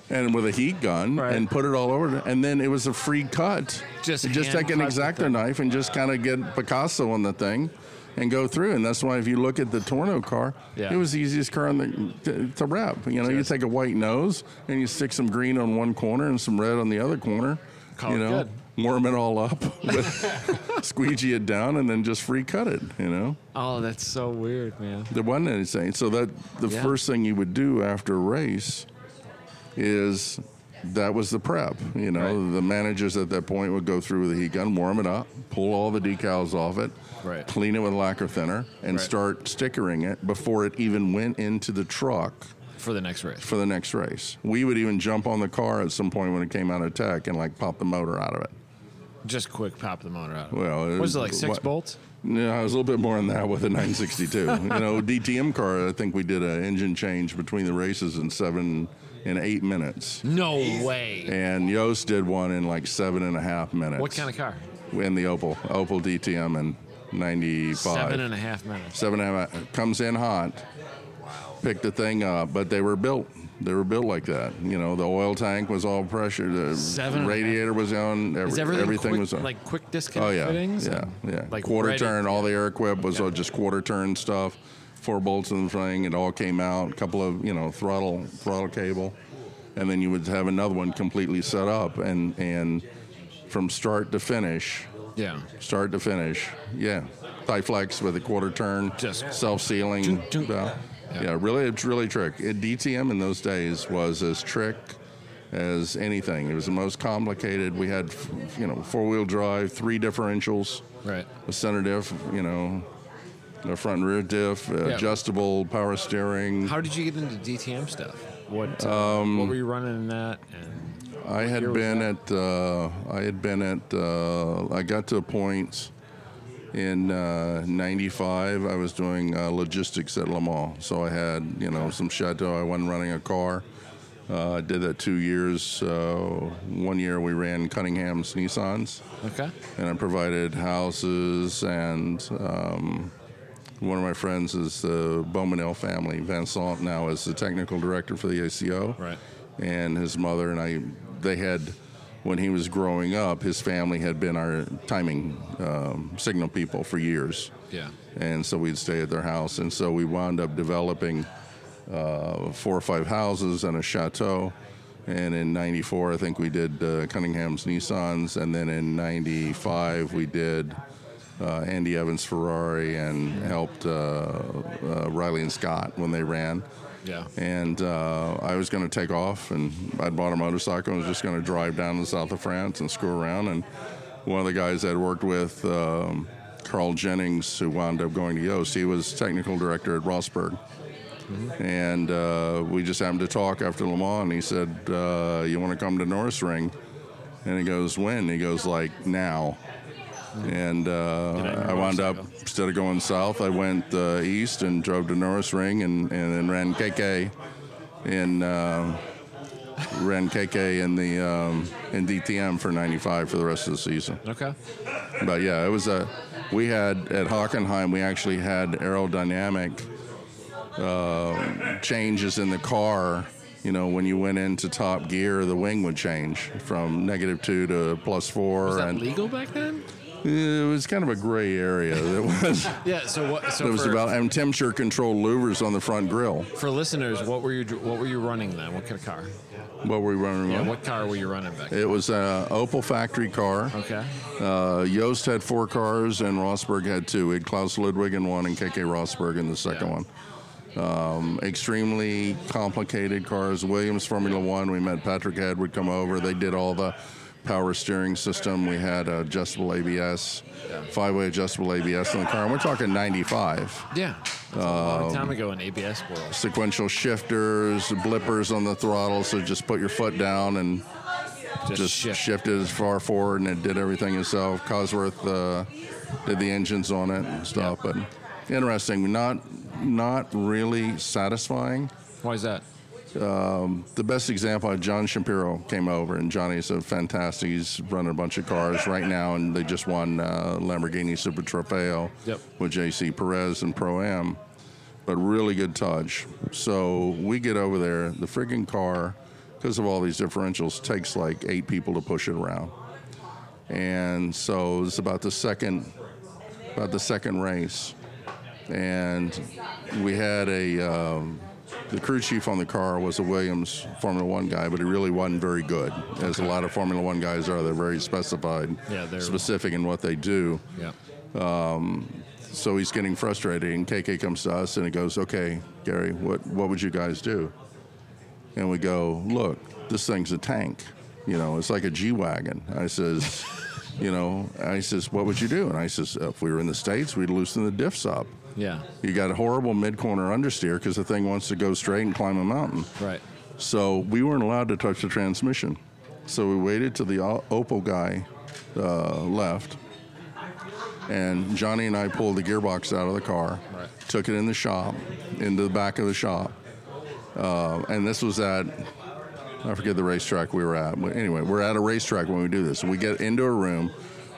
S2: And with a heat gun
S1: Right.
S2: and put it all over. it. And then it was a free cut.
S1: Just
S2: You just
S1: hand
S2: take an
S1: cut the
S2: exacto
S1: thing.
S2: knife and just kind of get Picasso on the thing and go through. And that's why if you look at the Torno car,
S1: Yeah.
S2: it was the easiest car in the, to, to wrap. You know, you take a white nose and you stick some green on one corner and some red on the other corner.
S1: Call
S2: you
S1: it
S2: know,
S1: good.
S2: warm it
S1: (laughs)
S2: all up, with, (laughs) squeegee it down, and then just free cut it. You know.
S1: Oh, that's so weird, man.
S2: There wasn't anything. So that the
S1: Yeah.
S2: first thing you would do after a race is that was the prep. You know,
S1: Right.
S2: the managers at that point would go through with a heat gun, warm it up, pull all the decals off it,
S1: Right.
S2: clean it with lacquer thinner, and
S1: Right.
S2: start stickering it before it even went into the truck
S1: For the next race.
S2: for the next race. We would even jump on the car at some point when it came out of tech and like pop the motor out of it.
S1: Just quick pop the motor out.
S2: Well,
S1: What was it like six
S2: what-
S1: bolts?
S2: No, I was a little bit more than that with a 962. you know, (laughs) DTM car. I think we did an engine change between the races in seven and eight minutes,
S1: No way.
S2: and Yost did one in like seven and a half minutes.
S1: What kind of car?
S2: In the Opel, Opel DTM in '95.
S1: Seven and a half minutes.
S2: Seven and a half comes in hot, picked the thing up, but they were built. They were built like that. You know, the oil tank was all pressure. The
S3: Seven and a half.
S2: radiator was on. Every,
S3: Is everything,
S2: everything
S3: quick,
S2: was on.
S3: like quick disconnect
S2: oh yeah,
S3: fittings?
S2: yeah,
S3: and,
S2: yeah.
S3: Like
S2: quarter
S3: right in-
S2: turn. all the air equip was all just quarter turn stuff. Four bolts in the thing. It all came out. A couple of you know throttle throttle cable, and then you would have another one completely set up and and from start to finish
S1: Yeah.
S2: start to finish. Yeah, tight flex with a quarter turn,
S1: Just-
S2: self sealing.
S1: Dunk, dunk.
S2: Yeah. yeah, really, it's really trick. It, DTM in those days was as trick as anything. It was the most complicated. We had, f- you know, four wheel drive, three differentials,
S1: Right.
S2: a center diff, you know, a front and rear diff, adjustable power steering.
S3: How did you get into DTM stuff?
S1: What, uh, what were you running in that? And
S2: I had been at uh, I had been at uh, I got to a point in uh, '95. I was doing uh, logistics at Le Mans, so I had you know some chateau. I wasn't running a car. Uh, I did that two years. Uh, one year we ran Cunningham's Nissans,
S1: okay.
S2: and I provided houses. And um, one of my friends is the Bowmanell family. Vincent now is the technical director for the ACO
S1: Right.
S2: and his mother and I, they had, when he was growing up, his family had been our timing um, signal people for years.
S1: Yeah.
S2: And so we'd stay at their house. And so we wound up developing uh, four or five houses and a chateau. And in 94, I think we did uh, Cunningham's Nissans. And then in 95, we did uh, Andy Evans Ferrari and helped uh, uh, Riley and Scott when they ran
S1: Yeah.
S2: and uh, I was going to take off, and I bought a motorcycle and was just going to drive down to the south of France and screw around. And one of the guys I'd worked with, um, Carl Jennings, who wound up going to Yost, he was technical director at Rosberg. And uh, we just happened to talk after Le Mans, and he said, uh, You want to come to Norris Ring? And he goes, When? He goes, Like, now. And uh, I wound up, instead of going south, I went uh, east and drove to Norris Ring and, and then ran KK in. Uh, ran KK in the um, in DTM for 95 for the rest of the season.
S1: Okay.
S2: But yeah, it was a. We had at Hockenheim, we actually had aerodynamic uh, changes in the car. You know, when you went into top gear, the wing would change from negative two to plus four,
S3: Was that
S2: and
S3: legal back then?
S2: it was kind of a gray area.
S3: (laughs)
S2: That was.
S3: Yeah. So what? So
S2: It was
S3: for,
S2: about and temperature control louvers on the front grill.
S3: for listeners, what were you? dr-
S1: What were you running then? What kind of car?
S2: What were we running?
S1: Yeah.
S2: on?
S1: What car were you running back?
S2: It was an Opel factory car.
S1: Okay.
S2: Uh, Yost had four cars and Rosberg had two. He had Klaus Ludwig in one and KK Rosberg in the second
S1: Yeah.
S2: one. Um, extremely complicated cars. Williams Formula One, we met Patrick Head, would come over. They did all the power steering system. We had adjustable ABS, five way adjustable ABS in the car. And we're talking 95.
S1: Yeah. That's a long time ago in ABS world.
S2: Sequential shifters, blippers on the throttle. So just put your foot down and
S1: Just,
S2: just
S1: shift.
S2: shifted as far forward and it did everything itself. Cosworth uh, did the engines on it and stuff, but interesting. Not not really satisfying.
S1: Why is that?
S2: The best example, uh, John Shapiro came over, and Johnny's a fantastic. He's running a bunch of cars right now, and they just won uh, Lamborghini Super Trofeo
S1: Yep.
S2: with J.C. Perez and Pro Am. But really good touch. So we get over there. The friggin' car, because of all these differentials, takes like eight people to push it around. And so it's about the second, about the second race, and we had a. Um, the crew chief on the car was a Williams Formula One guy, but he really wasn't very good, as a lot of Formula One guys are. They're very specified,
S1: Yeah, they're-
S2: specific in what they do.
S1: Yeah.
S2: So he's getting frustrated, and KK comes to us and he goes, "Okay, Gary, what what would you guys do?" And we go, "Look, this thing's a tank. You know, it's like a G wagon." I says, (laughs) "You know," I says, "What would you do?" And I says, "If we were in the states, we'd loosen the diffs up."
S1: Yeah.
S2: You got a horrible mid corner understeer because the thing wants to go straight and climb a mountain.
S1: Right.
S2: So we weren't allowed to touch the transmission. So we waited till the O- Opel guy uh, left, and Johnny and I pulled the gearbox out of the car,
S1: Right.
S2: took it in the shop, into the back of the shop, uh, and this was at. I forget the racetrack we were at. But anyway, we're at a racetrack when we do this. We get into a room,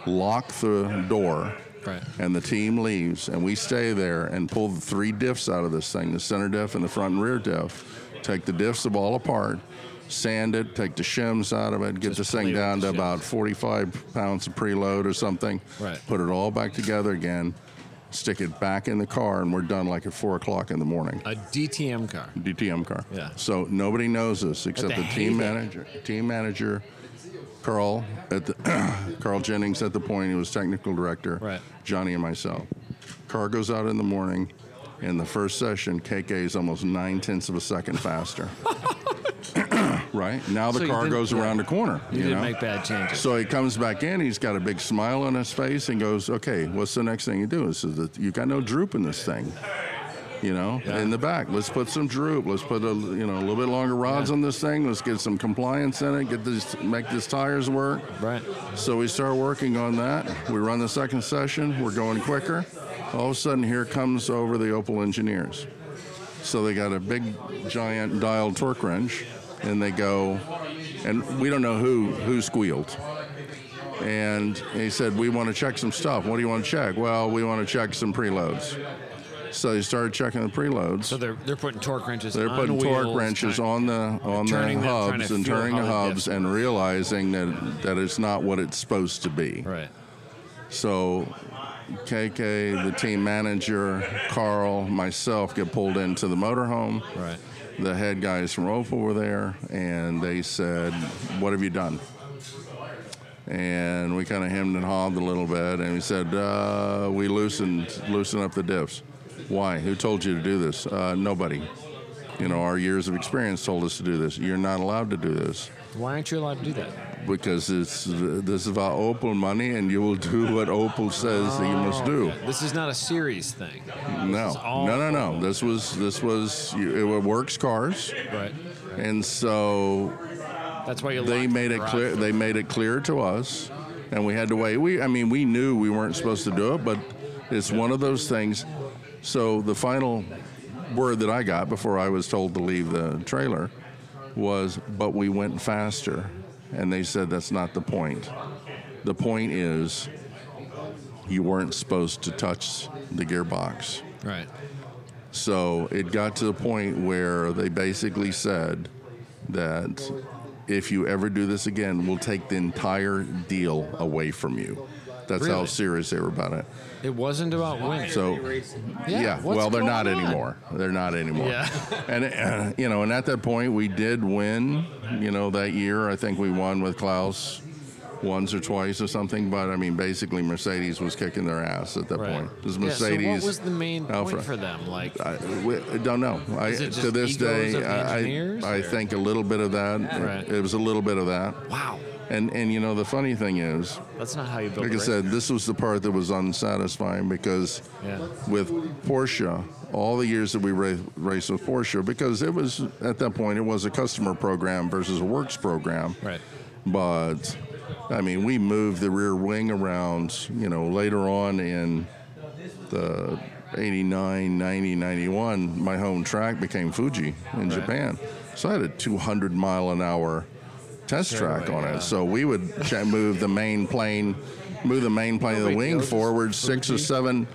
S2: lock the door,
S3: Right.
S2: and the team leaves, and we stay there and pull the three diffs out of this thing the center diff and the front and rear diff. Take the diffs of all apart, sand it, take the shims out of it, get
S3: Just
S2: this
S3: play
S2: thing
S3: with
S2: down
S3: the
S2: to
S3: shims.
S2: about 45 pounds of preload or something.
S3: Right.
S2: Put it all back together again, stick it back in the car, and we're done like at four o'clock in the morning.
S3: A DTM car.
S2: DTM car.
S3: Yeah.
S2: So nobody knows this except
S3: they
S2: the team
S3: hate it.
S2: manager. Team manager, Carl at the (clears throat) Carl Jennings at the point. He was technical director.
S3: Right.
S2: Johnny and myself. Car goes out in the morning. In the first session, KK is almost nine tenths of a second
S3: (laughs)
S2: faster. (clears throat) right now, the
S3: So you
S2: car
S3: didn't-
S2: goes around the corner.
S3: You, didn't
S2: know?
S3: make bad changes.
S2: So he comes back in. He's got a big smile on his face and goes, "Okay, what's the next thing you do?" This is that you got no droop in this thing, you know,
S3: Yeah.
S2: in the back. Let's put some droop. Let's put a you know a little bit longer rods on this thing. Let's get some compliance in it. Get these make these tires work.
S3: right.
S2: So we start working on that. We run the second session. We're going quicker. All of a sudden, here comes over the Opel engineers. So they got a big, giant dialed torque wrench, and they go, and we don't know who who squealed. And he said, "We want to check some stuff. What do you want to check? Well, we want to check some preloads." So they started checking the preloads.
S3: So they're they're putting torque wrenches.
S2: They're
S3: on
S2: putting
S3: wheels,
S2: torque wrenches
S3: trying-
S2: on the on
S3: turning them, trying
S2: the hubs
S3: to
S2: and
S3: feel
S2: turning
S3: how
S2: the
S3: they dip.
S2: hubs and realizing that that it's not what it's supposed to be.
S3: Right.
S2: So KK, the team manager, Carl, myself get pulled into the motorhome.
S3: Right.
S2: The head guys from Opel were there, and they said, "What have you done?" And we kind of hemmed and hawed a little bit, and we said, uh, "We loosened loosened up the diffs." Why? Who told you to do this? Uh, nobody. You know, our years of experience told us to do this. You're not allowed to do this
S3: Why aren't you allowed to do that?
S2: because it's this is about Opel money, and you will do what Opel says that you must do.
S1: Oh.
S3: This is not a series thing.
S2: No,
S3: is all
S2: no, no, no. This was this was you- it works cars,
S3: Right.
S2: and so
S3: That's why you.
S2: they
S3: locked
S2: made
S3: the
S2: it
S3: garage
S2: clear.
S3: door.
S2: They made it clear to us, and we had to wait. We, I mean, we knew we weren't supposed to do it, but it's one of those things. So the final word that I got before I was told to leave the trailer was, "But we went faster," and they said that's not the point. The point is, you weren't supposed to touch the gearbox.
S3: Right.
S2: So it got to the point where they basically said that if you ever do this again, we'll take the entire deal away from you. That's how
S3: Really?
S2: serious they were about it.
S3: It wasn't about winning.
S2: So, yeah,
S3: what's
S2: well, they're
S3: going
S2: not
S3: on?
S2: anymore. They're not anymore.
S3: Yeah.
S2: (laughs) and, uh, you know, and at that point, we did win, you know, that year. I think we won with Klaus once or twice or something. But, I mean, basically, Mercedes was kicking their ass at that
S3: Right.
S2: point. It was
S3: Yeah, so
S2: Mercedes.
S3: what was the main
S2: Alpha.
S3: point for them? Like,
S2: I, we, I don't know. I,
S3: it just
S2: to this
S3: egos
S2: day,
S3: of the
S2: I-
S3: engineers,
S2: I, I
S3: or-
S2: think a little bit of that.
S3: Right.
S2: It was a little bit of that.
S3: wow,
S2: And and you know the funny thing is,
S3: that's not how you build.
S2: like I
S3: a
S2: said, this was the part that was unsatisfying because
S3: Yeah.
S2: with Porsche, all the years that we ra- raced with Porsche, because it was at that point it was a customer program versus a works program.
S3: Right.
S2: But I mean, we moved the rear wing around. You know, later on in the 89, 90, 91, my home track became Fuji in Japan. So I had a 200 mile an hour test track on
S3: yeah.
S2: it. So we would cha- move the main plane, move the main plane of the
S3: big deal,
S2: wing
S3: just
S2: forward six or
S3: Fuji.
S2: seven,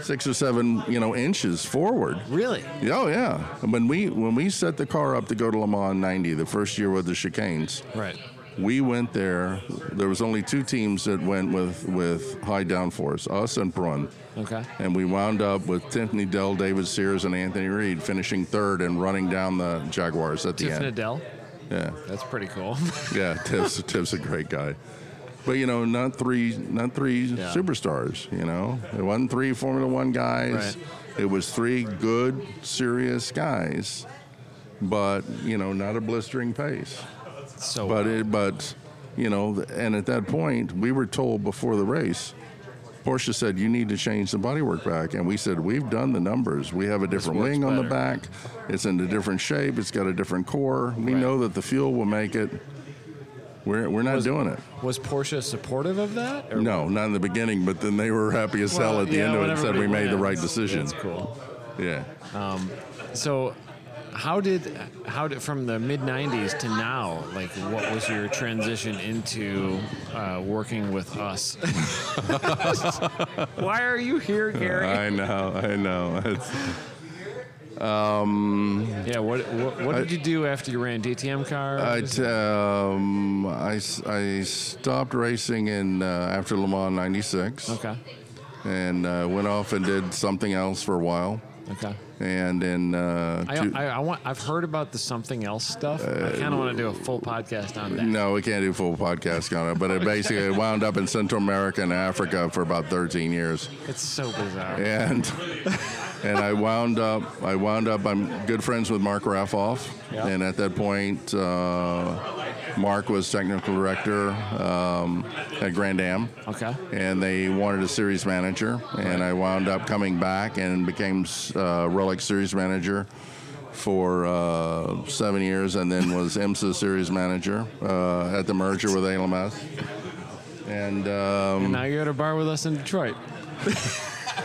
S2: six or seven, you know, inches forward.
S3: Really?
S2: Oh yeah. When we when we set the car up to go to Le Mans '90, the first year with the chicanes,
S3: Right.
S2: we went there. There was only two teams that went with with high downforce, us and Brun.
S3: Okay.
S2: And we wound up with Tiffany Dell, David Sears, and Anthony Reed finishing third and running down the Jaguars at the
S3: Tiff
S2: end.
S3: Nadell.
S2: Yeah,
S3: That's pretty cool. (laughs)
S2: yeah. Tiff's, Tiff's a great guy, but you know, not three, not three
S3: Yeah.
S2: superstars. You know, it wasn't three Formula One guys.
S3: Right.
S2: It was three good, serious guys, but you know, not a blistering pace.
S3: so,
S2: But it, but you know, th- and at that point, we were told before the race, Porsche said you need to change the bodywork back, and we said we've done the numbers. We have a different
S3: works
S2: wing on the
S3: better."
S2: back. It's in a different shape. It's got a different core. We
S3: Right.
S2: know that the fuel will make it. We're we're not doing it.
S3: was Porsche supportive of that? Or
S2: No, not in the beginning, but then they were happy as hell
S3: Well,
S2: at the
S3: yeah,
S2: end of it
S3: when
S2: and said we
S3: everybody
S2: made the right
S3: wins,
S2: decision.
S3: That's cool.
S2: Yeah.
S3: So, how did how did from the mid '90s to now? Like, what was your transition into uh, working with
S2: (laughs)
S3: us? Why are you here, Gary?
S2: Uh, I know, I know. It's,
S3: yeah. What what, what did you do after you ran DTM car?
S2: I, t- um, I, s- I stopped racing in uh, after Le Mans '96,
S3: okay.
S2: and uh, went off and did something else for a while.
S3: Okay.
S2: And in uh,
S3: I,
S2: two-
S3: I, I want. I've heard about the something else stuff. I kind of want to do a full podcast on that.
S2: Uh, no, we can't do full podcast on
S3: (laughs)
S2: it. But it basically wound up in Central America and Africa for about 13 years.
S3: It's so bizarre. (laughs)
S2: and and I wound up I wound up I'm good friends with Mark Raffoff,
S3: Yeah.
S2: and at that point, uh, Mark was technical director um, at Grand Am,
S3: Okay.
S2: and they wanted a series manager, and I wound up coming back and became uh, Rolex series manager for uh, seven years, and then
S3: (laughs)
S2: was IMSA series manager uh, at the merger with ALMS, and. Um, (laughs)
S3: Now you're at a bar with us in Detroit.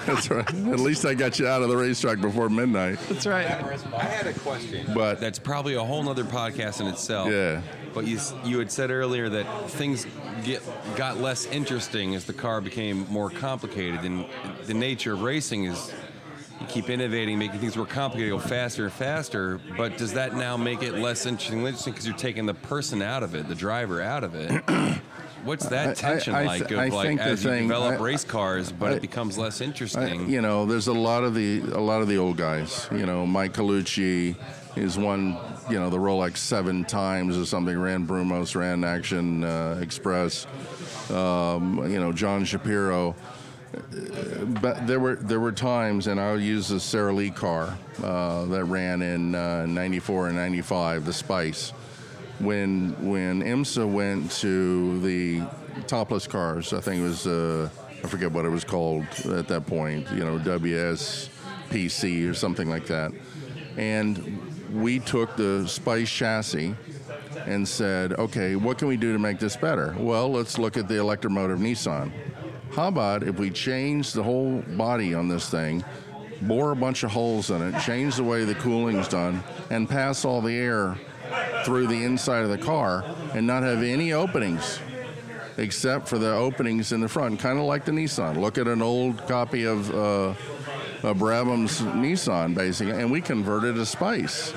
S2: That's right. At least I got you out of the racetrack before midnight.
S3: That's right.
S4: I had a question.
S2: But-
S4: that's probably a whole nother podcast in itself.
S2: Yeah.
S4: But you s- you had said earlier that things get got less interesting as the car became more complicated, and the nature of racing is you keep innovating, making things more complicated, go faster and faster. But does that now make it less interesting? Interesting because you're taking the person out of it, the driver out of it. What's
S2: I- I-
S4: that tension
S2: I
S4: like?
S2: th-
S4: of
S2: I
S4: like
S2: think the
S4: as you
S2: thing-
S4: develop
S2: I-
S4: race cars, but
S2: I-
S4: it becomes less
S2: I-
S4: interesting.
S2: you know, there's a lot of the a lot of the old guys. You know, Mike Colucci is one. You know, the Rolex seven times or something. Ran Brumos, ran Action uh, Express. Um, you know, John Shapiro. Uh, But there were there were times, and I'll use the Sara Lee car uh, that ran in uh, '94 and '95, the Spice. When when IMSA went to the topless cars, I think it was uh, I forget what it was called at that point. You know, WSPC or something like that. And we took the Spice chassis and said, okay, what can we do to make this better? Well, let's look at the electromotive Nissan. How about if we change the whole body on this thing, bore a bunch of holes in it, change the way the cooling's done, and pass all the air through the inside of the car and not have any openings except for the openings in the front, kind of like the Nissan. Look at an old copy of. Uh, uh, Brabham's Nissan, basically, and we converted a Spice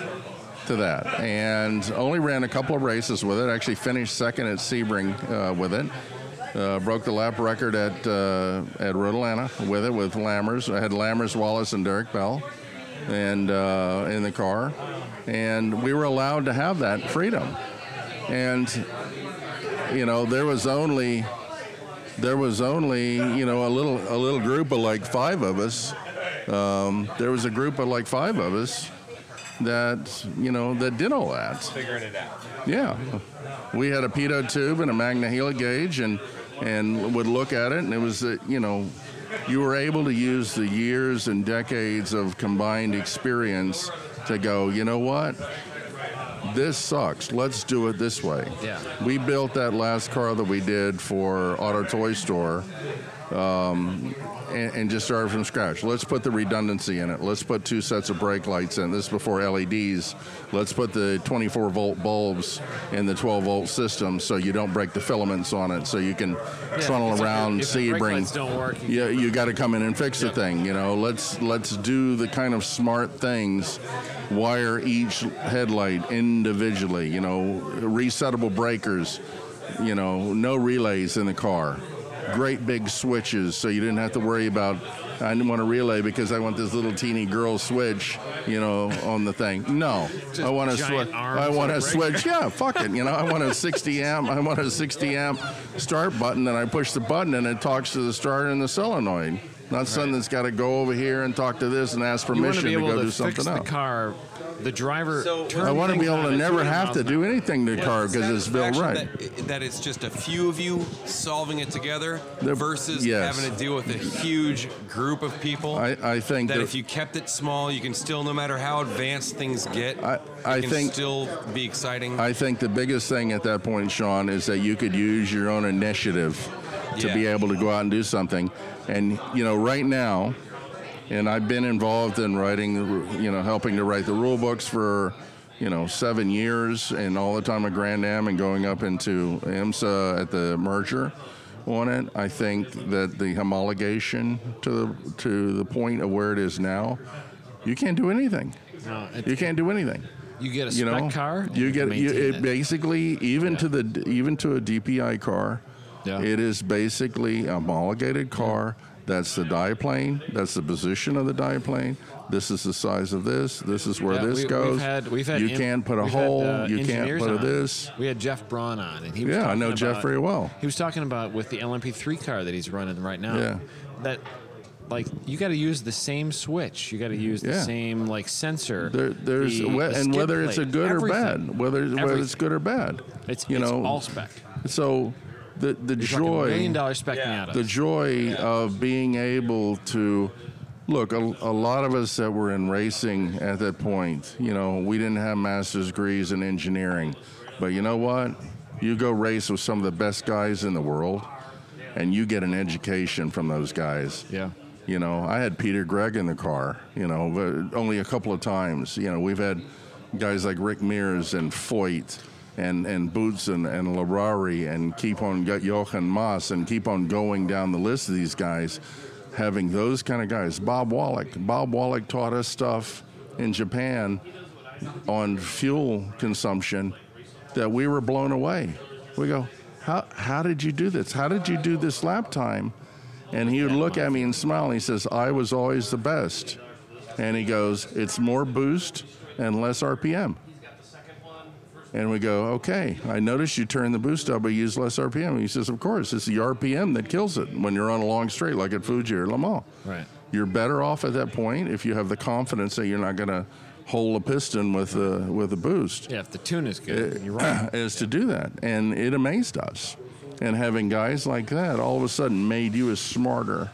S2: to that, and only ran a couple of races with it. Actually, finished second at Sebring uh, with it. Uh, broke the lap record at uh, at Road Atlanta with it with Lammers. I had Lammers, Wallace, and Derek Bell, and uh, in the car, and we were allowed to have that freedom. And you know, there was only there was only you know a little a little group of like five of us. Um, there was a group of like five of us that you know that did all that. Figuring it out. Yeah, we had a pedo tube and a Magna Hela gauge, and and would look at it, and it was uh, you know. You were able to use the years and decades of combined experience to go, you know what? This sucks. Let's do it this way.
S3: Yeah.
S2: We built that last car that we did for Auto Toy Store and, and just started from scratch. Let's put the redundancy in it. Let's put two sets of brake lights in. This is before LEDs. Let's put the 24 volt bulbs in the 12 volt system so you don't break the filaments on it. So you can
S3: If
S2: funnel
S3: the-
S2: around,
S3: if the
S2: see,
S3: brake
S2: bring.
S3: lights don't work. You,
S2: Yeah, you got to come in and fix the thing. You know, let's let's do the kind of smart things. Wire each headlight individually. You know, resettable breakers. You know, no relays in the car. Great big switches, so you didn't have to worry about. I didn't want a relay because I want this little teeny girl switch. You know, on the thing. No, I want a
S3: giant
S2: switch.
S3: arms
S2: I want
S3: on the
S2: a
S3: brake.
S2: switch switch. Yeah, fuck it. You know, I want a 60 amp. I want a 60 amp start button, and I push the button, and it talks to the starter and the solenoid. Not something that's got to go over here and talk to this and ask
S3: want to
S2: permission
S3: be
S2: to
S3: able
S2: go
S3: to,
S2: do
S3: fix
S2: something
S3: the
S2: else.
S3: car. The driver.
S4: So-
S3: turn
S2: I want to be
S3: things on
S2: able to
S3: at
S2: never
S3: 200
S2: have
S3: miles
S2: to
S3: an
S2: do anything to the
S4: Well,
S2: car because it's built right.
S4: satisfaction That, that it's just a few of you solving it together
S2: The-
S4: versus
S2: yes.
S4: having to deal with a huge group of people.
S2: I- I think
S4: that,
S2: that-
S4: if you kept it small, you can still, no matter how advanced things get,
S2: I- I
S4: it can
S2: think-
S4: still be exciting.
S2: I think the biggest thing at that point, Sean, is that you could use your own initiative to
S4: Yeah.
S2: be able to go out and do something. And you know, right now, and I've been involved in writing, the ru- you know, helping to write the rule books for, you know, seven years, and all the time at Grand Am and going up into IMSA at the merger on it. I think that the homologation to the to the point of where it is now, you can't do anything.
S3: No, it-
S2: You can't do anything.
S3: you get a
S2: You
S3: spec
S2: know,
S3: car. Oh, and
S2: you get you,
S3: maintain
S2: it, basically even to the even to a DPI car.
S3: Yeah.
S2: It is basically a homologated car. That's the diaplane. That's the position of the diaplane. This is the size of this. This is where
S3: Yeah,
S2: this
S3: we-
S2: goes.
S3: We've had, we've had
S2: you
S3: in-
S2: can't put a
S3: we've had,
S2: hole.
S3: uh,
S2: you can't
S3: engineers
S2: put a
S3: on.
S2: this.
S3: We had Jeff Braun on, and he was
S2: Yeah, I
S3: talking
S2: know
S3: about-
S2: Jeff very well.
S3: He was talking about with the LMP3 car that he's running right now.
S2: Yeah.
S3: That, like, you got to use the same switch. You got to use the
S2: Yeah.
S3: same like sensor.
S2: There, there's
S3: the-
S2: whe-
S3: the
S2: and
S3: skid
S2: whether it's a
S3: plate,
S2: good
S3: everything.
S2: or bad, whether whether it's
S3: Everything.
S2: good or bad.
S3: It's
S2: you
S3: it's
S2: know
S3: all spec.
S2: so the the
S3: Fucking
S2: joy
S3: million dollar spec me out of
S2: the
S3: it.
S2: joy of being able to look a, a lot of us that were in racing at that point you know we didn't have master's degrees in engineering but you know what you go race with some of the best guys in the world and you get an education from those guys
S3: Yeah.
S2: you know, I had Peter Gregg in the car, you know, but only a couple of times. You know, we've had guys like Rick Mears and Foyt and, and Boots and, and Larari and keep on got Jochen Moss and keep on going down the list of these guys, having those kind of guys. Bob Wallach. Bob Wallach taught us stuff in Japan on fuel consumption that we were blown away. We go, how, how did you do this? How did you do this lap time? And he would look at me and smile and he says, I was always the best. And he goes, It's more boost and less RPM. And we go, Okay, I noticed you turned the boost up, but you used less RPM. And he says, Of course, it's the RPM that kills it when you're on a long straight like at Fuji or Le Mans.
S3: Right.
S2: You're better off at that point if you have the confidence that you're not going to hold a piston with a, with a boost
S3: Yeah. If the tune is good, you're right.
S2: is to do that. And it amazed us. And having guys like that all of a sudden made you as smarter.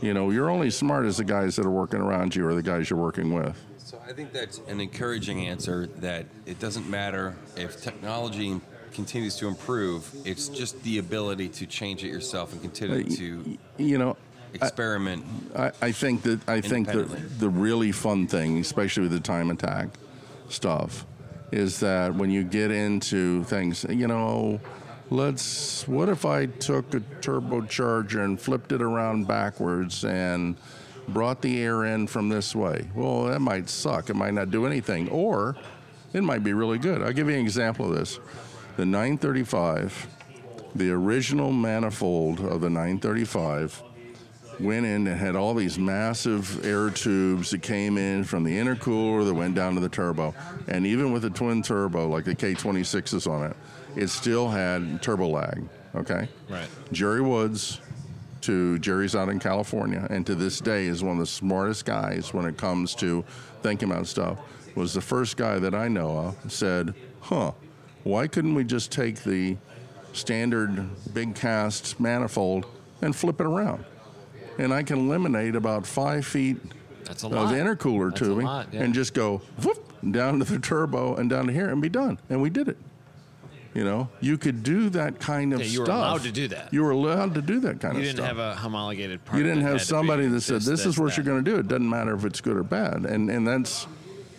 S2: You know, you're only smart as the guys that are working around you or the guys you're working with.
S4: So I think that's an encouraging answer that it doesn't matter if technology continues to improve, it's just the ability to change it yourself and continue to
S2: You know,
S4: experiment.
S2: I, I think that I think the
S4: Independently.
S2: the really fun thing, especially with the time attack stuff, is that when you get into things, you know, let's what if I took a turbocharger and flipped it around backwards and brought the air in from this way? Well, that might suck. It might not do anything, or it might be really good. I'll give you an example of this: the 935, the original manifold of the 935 went in and had all these massive air tubes that came in from the intercooler that went down to the turbo. And even with the twin turbo, like the K26 is on it, it still had turbo lag. Okay?
S3: Right.
S2: Jerry Woods to Jerry's out in California, and to this day is one of the smartest guys when it comes to thinking about stuff. Was the first guy that I know of said, "Huh, why couldn't we just take the standard big cast manifold and flip it around, and I can eliminate about five feet
S3: That's a
S2: of
S3: lot.
S2: intercooler
S3: That's a
S2: tubing,
S3: lot, yeah.
S2: and just go whoop down to the turbo and down to here and be done." And we did it. You know, you could do that kind of
S3: Yeah, you were
S2: stuff.
S3: allowed to do that.
S2: You were allowed to do that kind
S3: You
S2: of
S3: didn't
S2: stuff.
S3: have a homologated part.
S2: you didn't
S3: that had
S2: have
S3: to be
S2: somebody that said, "This is what
S3: that."
S2: you're going to do." It doesn't matter if it's good or bad, and and that's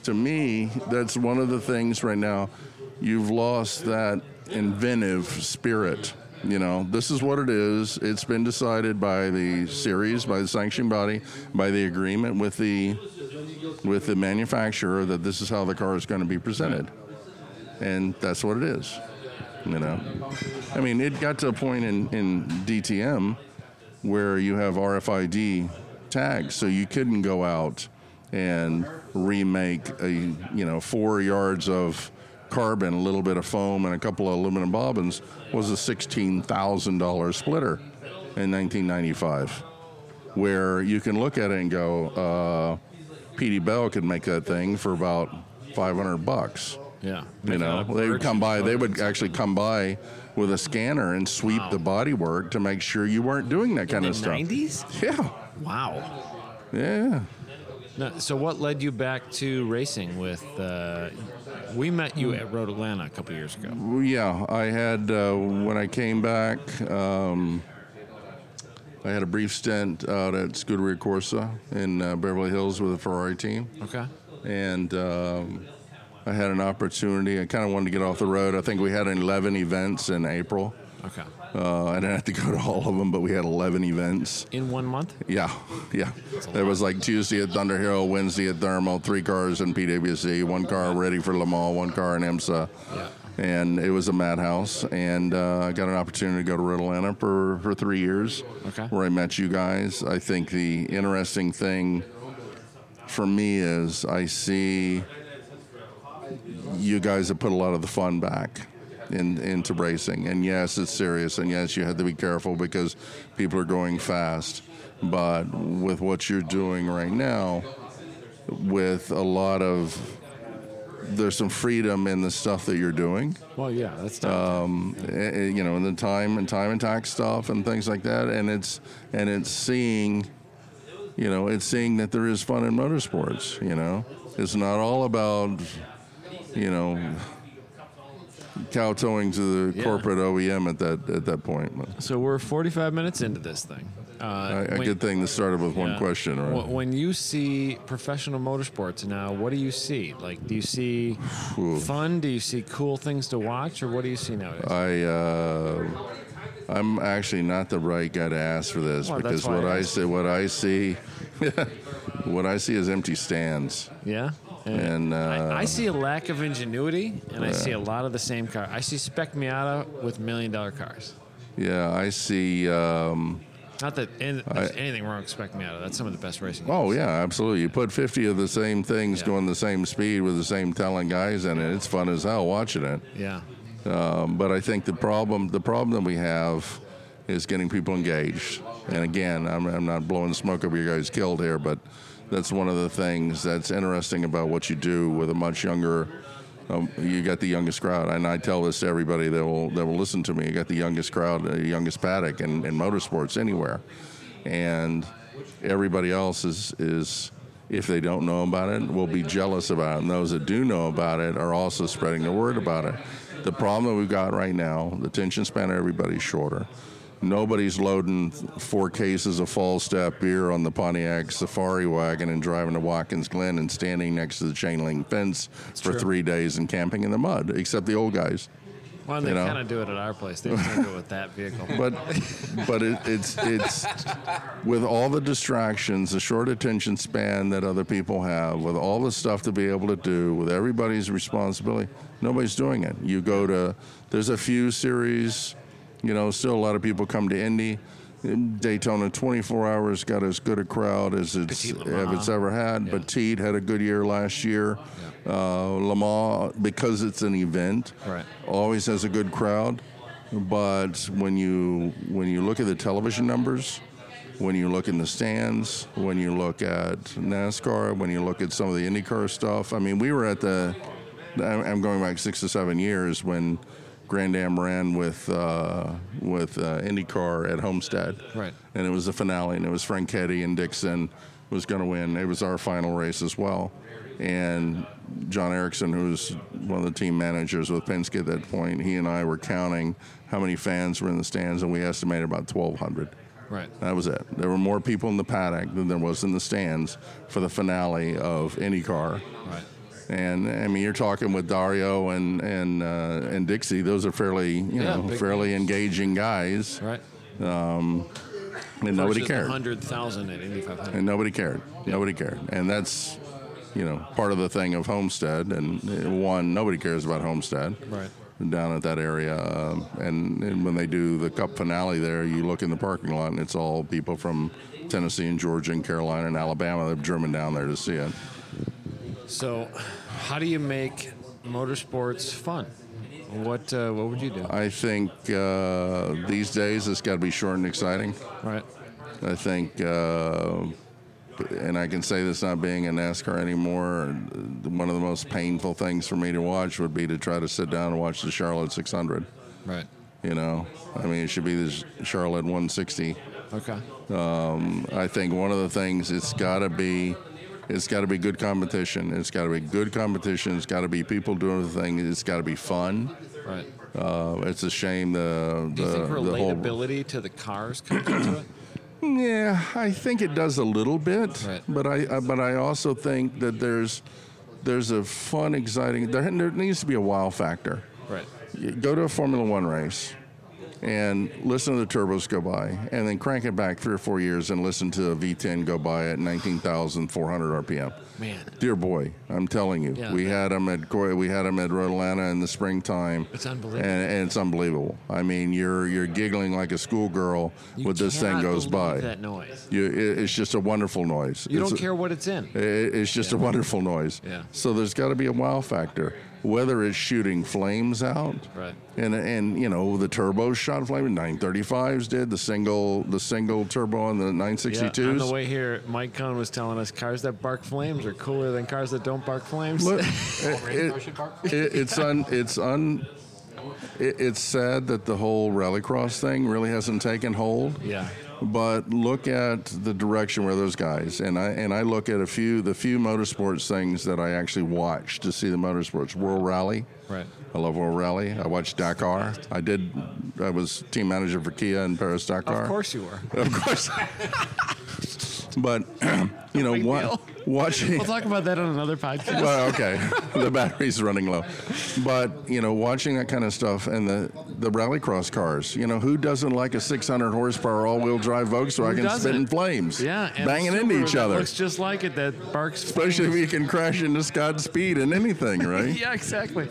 S2: to me that's one of the things right now. You've lost that inventive spirit. You know, this is what it is. It's been decided by the series, by the sanctioning body, by the agreement with the with the manufacturer that this is how the car is going to be presented, and that's what it is. You know, I mean, it got to a point in in DTM where you have RFID tags, so you couldn't go out and remake a you know four yards of carbon, a little bit of foam, and a couple of aluminum bobbins was a sixteen thousand dollar splitter in nineteen ninety five, where you can look at it and go, uh, PD Bell could make that thing for about five hundred bucks
S3: Yeah.
S2: you know they would come by they would actually come by with a scanner and sweep
S3: Wow.
S2: the body work to make sure you weren't doing that kind of stuff
S3: Nineties.
S2: yeah
S3: Wow.
S2: yeah
S3: No, so what led you back to racing with? Uh, we met you at Road Atlanta a couple years ago.
S2: Well, yeah i had uh, when i came back um, I had a brief stint out at Scuderia Corsa in uh, Beverly Hills with the Ferrari team,
S3: Okay.
S2: and um, I had an opportunity. I kind of wanted to get off the road. I think we had 11 events in April.
S3: Okay.
S2: Uh, I didn't have to go to all of them, but we had 11 events.
S3: In one month?
S2: Yeah, yeah. There was like Tuesday at Thunder Hill, Wednesday at Thermal, three cars in PWC, one car ready for Le Mans, one car in IMSA.
S3: Yeah.
S2: And it was a madhouse. And uh, I got an opportunity to go to Ritalana for, for three years
S3: Okay.
S2: where I met you guys. I think the interesting thing for me is I see you guys have put a lot of the fun back in, into racing. And yes, it's serious. And yes, you had to be careful because people are going fast. But with what you're doing right now, with a lot of there's some freedom in the stuff that you're doing
S3: Well, yeah, that's not
S2: eh, eh, you know, and the time and time attack stuff and things like that. And it's and it's seeing, you know, it's seeing that there is fun in motorsports. You know, it's not all about, you know, kowtowing to the
S3: Yeah.
S2: corporate OEM at that at that point.
S3: So we're 45 minutes into this thing. Uh,
S2: A, a good thing that started with one
S3: yeah.
S2: question, right?
S3: Wh- When you see professional motorsports now, what do you see? Like, do you see
S2: Ooh.
S3: fun? Do you see cool things to watch? Or what do you see nowadays?
S2: I uh, I'm actually not the right guy to ask for this
S3: Well, that's
S2: because
S3: why
S2: what
S3: I
S2: I
S3: asked.
S2: see what I see (laughs) what I see is empty stands.
S3: yeah?
S2: And, uh,
S3: I, I see a lack of ingenuity, and I see a lot of the same car. I see Spec Miata with million dollar cars.
S2: Yeah, I see. Um,
S3: Not that any, there's anything wrong with Spec Miata. That's some of the best racing.
S2: oh yeah, absolutely. You put fifty of the same things
S3: Yeah.
S2: going the same speed with the same talent guys in it. It's fun as hell watching it.
S3: Yeah.
S2: Um, but I think the problem the problem that we have is getting people engaged. And again, I'm, I'm not blowing smoke up your guys' killed here, but that's one of the things that's interesting about what you do with a much younger. Um, you got the youngest crowd, and I tell this to everybody that will that will listen to me. You got the youngest crowd, the youngest paddock in, in motorsports anywhere, and everybody else is is if they don't know about it, will be jealous about it. And those that do know about it are also spreading the word about it. The problem that we've got right now, the attention span of everybody's shorter. Nobody's loading four cases of Fall Step beer on the Pontiac Safari wagon and driving to Watkins Glen and standing next to the chain link fence for
S3: true.
S2: three days and camping in the mud, except the old guys.
S3: Well, and they
S2: You know.
S3: kind of do it at our place. They kind of do it with that vehicle.
S2: (laughs) But but it, it's it's with all the distractions, the short attention span that other people have, with all the stuff to be able to do, with everybody's responsibility, nobody's doing it. You go to there's a few series, you know, still a lot of people come to Indy. Daytona 24 hours got as good a crowd as it's
S3: Petit Le
S2: if
S3: Mans.
S2: it's ever had. Petite had a good year last year. Uh, Le Mans because it's an event
S3: Right.
S2: always has a good crowd, but when you when you look at the television numbers, when you look in the stands, when you look at NASCAR, when you look at some of the IndyCar stuff, I mean, we were at the I'm I'm going back six to seven years when Grand Am ran with uh, with uh, IndyCar at Homestead,
S3: Right.
S2: and it was the finale, and it was Franchetti and Dixon was going to win. It was our final race as well, and John Erickson, who was one of the team managers with Penske at that point, he and I were counting how many fans were in the stands, and we estimated about 1,200.
S3: Right.
S2: That was it. There were more people in the paddock than there was in the stands for the finale of IndyCar.
S3: Right.
S2: And I mean, you're talking with Dario and and uh, and Dixie; those are fairly you
S3: Yeah,
S2: know
S3: big
S2: fairly engaging guys,
S3: Right.
S2: and nobody
S3: Versus
S2: cared.
S3: 100,000 at Indy 500.
S2: and nobody cared. Nobody cared, and that's you know part of the thing of Homestead. And uh, one, nobody cares about Homestead,
S3: Right.
S2: Down at that area, um, and, and when they do the Cup finale there, you look in the parking lot, and it's all people from Tennessee and Georgia and Carolina and Alabama that have driven down there to see it.
S3: So, how do you make motorsports fun? What uh, What would you do?
S2: I think uh, these days it's got to be short and exciting.
S3: Right.
S2: I think, uh, and I can say this not being in NASCAR anymore, one of the most painful things for me to watch would be to try to sit down and watch the Charlotte 600.
S3: Right.
S2: You know, I mean, it should be the Charlotte 160.
S3: Okay.
S2: I think one of the things it's got to be, it's got to be good competition. It's got to be good competition. It's got to be people doing the thing. It's got to be fun.
S3: Right.
S2: Uh, it's a shame the
S3: Do you
S2: the,
S3: think
S2: the whole
S3: relatability to the cars comes into it?
S2: Yeah, I think it does a little bit,
S3: Right.
S2: but I, I but I also think that there's there's a fun, exciting. There, there needs to be a wow factor.
S3: Right.
S2: You go to a Formula One race and listen to the turbos go by, and then crank it back three or four years and listen to a V10 go by at 19,400 RPM.
S3: Man.
S2: Dear boy, I'm telling you,
S3: Yeah,
S2: we
S3: man.
S2: had them at Goy- we had 'em at Road Atlanta in the springtime.
S3: It's unbelievable.
S2: and, and it's unbelievable. I mean, you're you're giggling like a schoolgirl
S3: You
S2: when this thing
S3: cannot
S2: goes by.
S3: believe That noise.
S2: You, it, it's just a wonderful noise.
S3: You
S2: it's
S3: don't
S2: a-
S3: care what it's in.
S2: it- it's just a wonderful noise.
S3: Yeah.
S2: So there's got to be a wow factor, whether it's shooting flames out,
S3: Right.
S2: And and you know the turbos shot flame. 935s did the single the single turbo on the
S3: Yeah,
S2: 962s.
S3: on the way here, Mike Cohn was telling us cars that bark flames are cooler than cars that don't bark flames.
S2: Look, it, it, it, it's un, it's un, it, it's sad that the whole rallycross thing really hasn't taken hold.
S3: Yeah.
S2: But look at the direction where those guys and I and I look at a few the few motorsports things that I actually watch to see the motorsports World Rally.
S3: (laughs) Right.
S2: I love World Rally. I watched Dakar. I did. I was team manager for Kia in Paris Dakar.
S3: Of course
S2: (laughs)
S3: you were.
S2: of course. but (clears throat) you know,
S3: Big
S2: wa-
S3: deal.
S2: watching.
S3: We'll talk about that on another podcast.
S2: well, okay, (laughs) the battery's running low, but you know, watching that kind of stuff and the the rallycross cars. You know, who doesn't like a 600 horsepower all-wheel drive Volkswagen spitting
S3: doesn't?
S2: flames?
S3: Yeah. and
S2: banging
S3: Subaru
S2: into each
S3: that
S2: other.
S3: Looks just like it. That
S2: (laughs)
S3: barks. (laughs)
S2: Especially if
S3: flames.
S2: you can crash into Scott Speed
S3: (laughs)
S2: and anything, right?
S3: Yeah, exactly.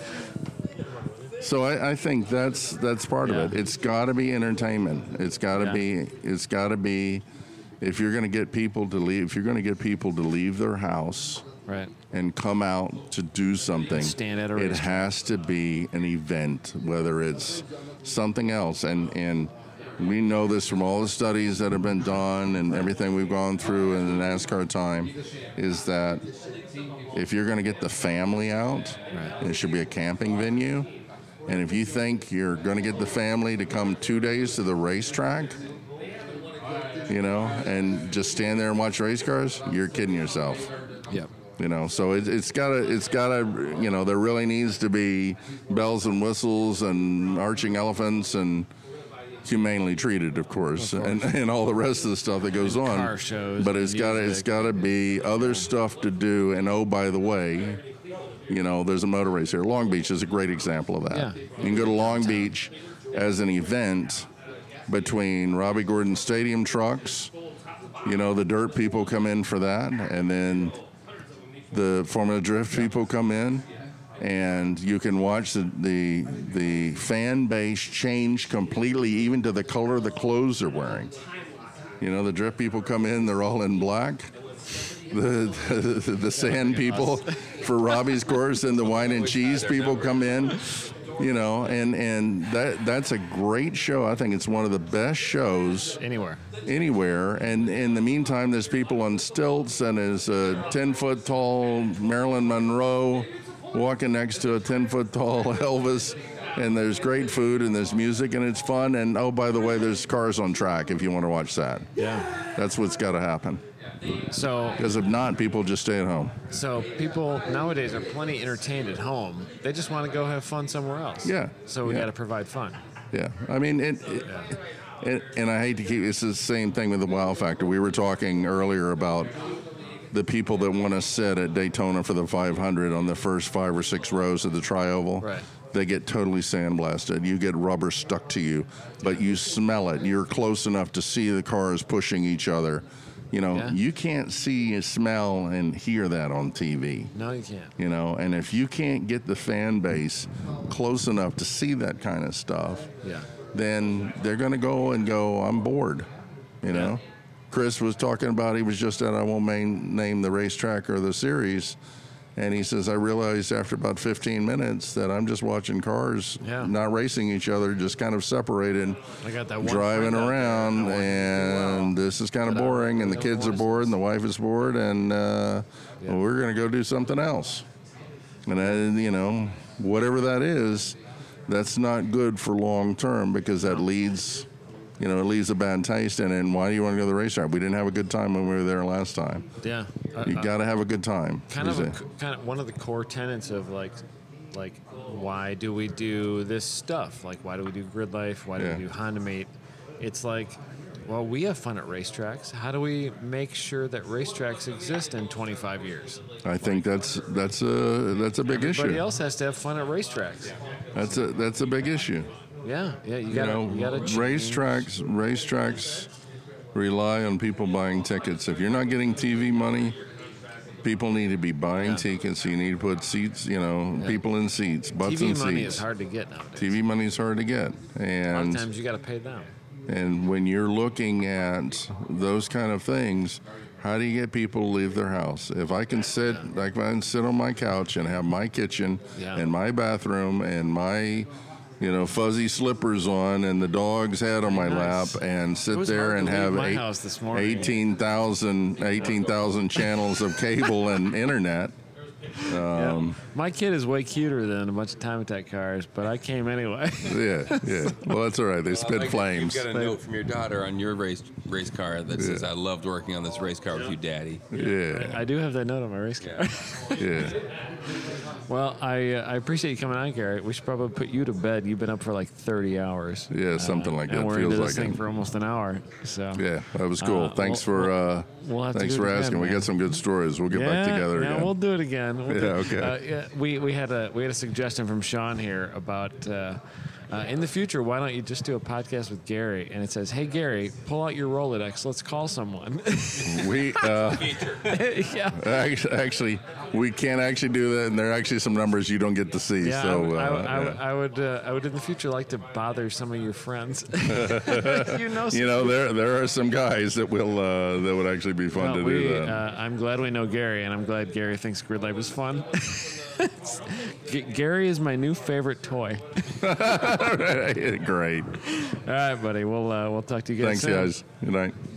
S2: So I, I think that's that's part
S3: Yeah.
S2: of it. It's got to be entertainment. It's got to
S3: Yeah.
S2: be. It's got to be. If you're going to get people to leave, if you're going to get people to leave their house
S3: Right.
S2: and come out to do something.
S3: Stand at a
S2: It
S3: restaurant.
S2: has to be an event, whether it's something else. And and we know this from all the studies that have been done and everything we've gone through in the NASCAR time, is that if you're going to get the family out,
S3: Right.
S2: it should be a camping venue. And if you think you're going to get the family to come two days to the racetrack, you know, and just stand there and watch race cars, you're kidding yourself
S3: Yep.
S2: you know so it, it's gotta it's gotta you know there really needs to be bells and whistles and arching elephants and humanely treated of course, And, and all the rest of the stuff that goes on
S3: car shows
S2: but
S3: and
S2: it's gotta it's
S3: music.
S2: gotta be other stuff to do and oh by the way you know there's a motor race here long beach is a great example of that
S3: Yeah.
S2: you can go to long beach as an event between robbie gordon stadium trucks you know the dirt people come in for that and then the Formula Drift people come in, and you can watch the, the the fan base change completely, even to the color of the clothes they're wearing. You know, the Drift people come in; they're all in black. The the, the, the sand people for Robbie's course, and the wine and cheese people come in. You know, and and that that's a great show. I think it's one of the best shows
S3: Anywhere.
S2: anywhere. And in the meantime, there's people on stilts and there's a 10 foot tall Marilyn Monroe walking next to a 10 foot tall (laughs) Elvis. And there's great food and there's music and it's fun. And oh, by the way, there's cars on track if you want to watch that.
S3: Yeah.
S2: That's what's got to happen.
S3: So
S2: Because if not, people just stay at home.
S3: So people nowadays are plenty entertained at home. They just want to go have fun somewhere else.
S2: Yeah,
S3: So we
S2: yeah.
S3: got to provide fun.
S2: Yeah, I mean, it, it, it, and I hate to keep. It's the same thing with the wow factor. We were talking earlier about the people that want to sit at Daytona for the 500 on the first five or six rows of the trioval.
S3: Right.
S2: They get totally sandblasted. You get rubber stuck to you, but you smell it. You're close enough to see the cars pushing each other. You know,
S3: Yeah.
S2: you can't see, smell, and hear that on TV
S3: No, you can't.
S2: you know and if you can't get the fan base close enough to see that kind of stuff
S3: Yeah.
S2: then they're going to go and go i'm bored you know chris was talking about he was just at i won't main, name the racetrack or the series and he says i realized after about 15 minutes that i'm just watching cars
S3: Yeah.
S2: not racing each other just kind of separated
S3: I got that one.
S2: driving
S3: friend out there.
S2: around and this is kind of boring and the
S3: don't
S2: kids are
S3: wanna-
S2: bored and the wife is bored and uh, well, we're going to go do something else and I, you know whatever that is that's not good for long term because that leads you know it leaves a bad taste in it and why do you want to go to the racetrack we didn't have a good time when we were there last time
S3: Yeah. Uh,
S2: you
S3: uh,
S2: got to have a good time
S3: kind of
S2: Is
S3: a,
S2: it-
S3: kind of one of the core tenets of like like why do we do this stuff? Like why do we do grid life? Why do
S2: Yeah.
S3: we do Honda Mate? It's like
S1: well, we have fun at racetracks. How do we make sure that racetracks exist in 25 years?
S2: I think that's that's a that's a big
S1: Everybody
S2: issue.
S1: else has to have fun at racetracks.
S2: That's a that's a big issue.
S1: Yeah, yeah, you
S2: You
S1: gotta,
S2: know,
S1: you gotta change.
S2: racetracks racetracks rely on people buying tickets. If you're not getting TV money, people need to be buying tickets. You need to put seats, you know, people in seats, butts in
S1: TV money
S2: seats.
S1: is hard to get nowadays.
S2: TV money is hard to get,
S1: A lot
S2: and
S1: of times you gotta pay them.
S2: And when you're looking at those kind of things, how do you get people to leave their house? If I can sit, like if I can sit on my couch and have my kitchen
S1: Yeah.
S2: and my bathroom and my, you know, fuzzy slippers on and the dog's head on my
S1: Nice.
S2: lap and
S1: It
S2: sit
S1: was hard
S2: there
S1: to
S2: and
S1: leave
S2: have
S1: my
S2: eight-
S1: house this morning.
S2: 18,000 18,000 channels of cable
S1: (laughs)
S2: and internet.
S1: My kid is way cuter than a bunch of time attack cars, but I came anyway.
S2: Yeah, yeah. Well, that's all right. They spit
S4: Like,
S2: flames.
S4: You've got a note from your daughter on your race race car that says,
S2: Yeah.
S4: "I loved working on this race car with you, Daddy."
S2: Yeah,
S1: (laughs) I do have that note on my race car.
S4: Yeah.
S2: yeah.
S1: Well, I uh, I appreciate you coming on, Garrett. We should probably put you to bed. You've been up for like 30 hours.
S2: Yeah, something like
S1: and
S2: that.
S1: We're
S2: Feels
S1: into
S2: like
S1: this thing
S2: it.
S1: for almost an hour. So
S2: Yeah, that was cool.
S1: Uh,
S2: thanks
S1: we'll-
S2: for uh,
S1: we'll have to
S2: thanks
S1: do it
S2: for
S1: again,
S2: asking. we
S1: man.
S2: got some good stories. We'll get
S1: yeah,
S2: back together
S1: yeah,
S2: again. (laughs)
S1: we'll do it again. We'll do-
S2: Yeah, okay.
S1: Uh, yeah, we we had a we had a suggestion from Sean here about. Uh, uh, in the future, why don't you just do a podcast with Gary? And it says, "Hey Gary, pull out your Rolodex. Let's call someone." (laughs)
S2: we uh, (laughs)
S1: yeah,
S2: act- actually we can't actually do that, and there are actually some numbers you don't get to see.
S1: yeah. I
S2: so
S1: would- I,
S2: uh,
S1: would- I, would-
S2: yeah.
S1: I would, uh, I would, in the future, like to bother some of your
S2: (laughs)
S1: friends. (laughs) you know, some
S2: you know there there are some guys that will uh, that would actually be fun
S1: No,
S2: to
S1: we,
S2: do that.
S1: Uh, I'm glad we know Gary, and I'm glad Gary thinks grid life is fun. (laughs) G- Gary is my new favorite toy.
S2: All right, Great. (laughs)
S1: All right, buddy. We'll uh, we'll talk to you guys.
S2: Thanks,
S1: soon.
S2: guys. Good night.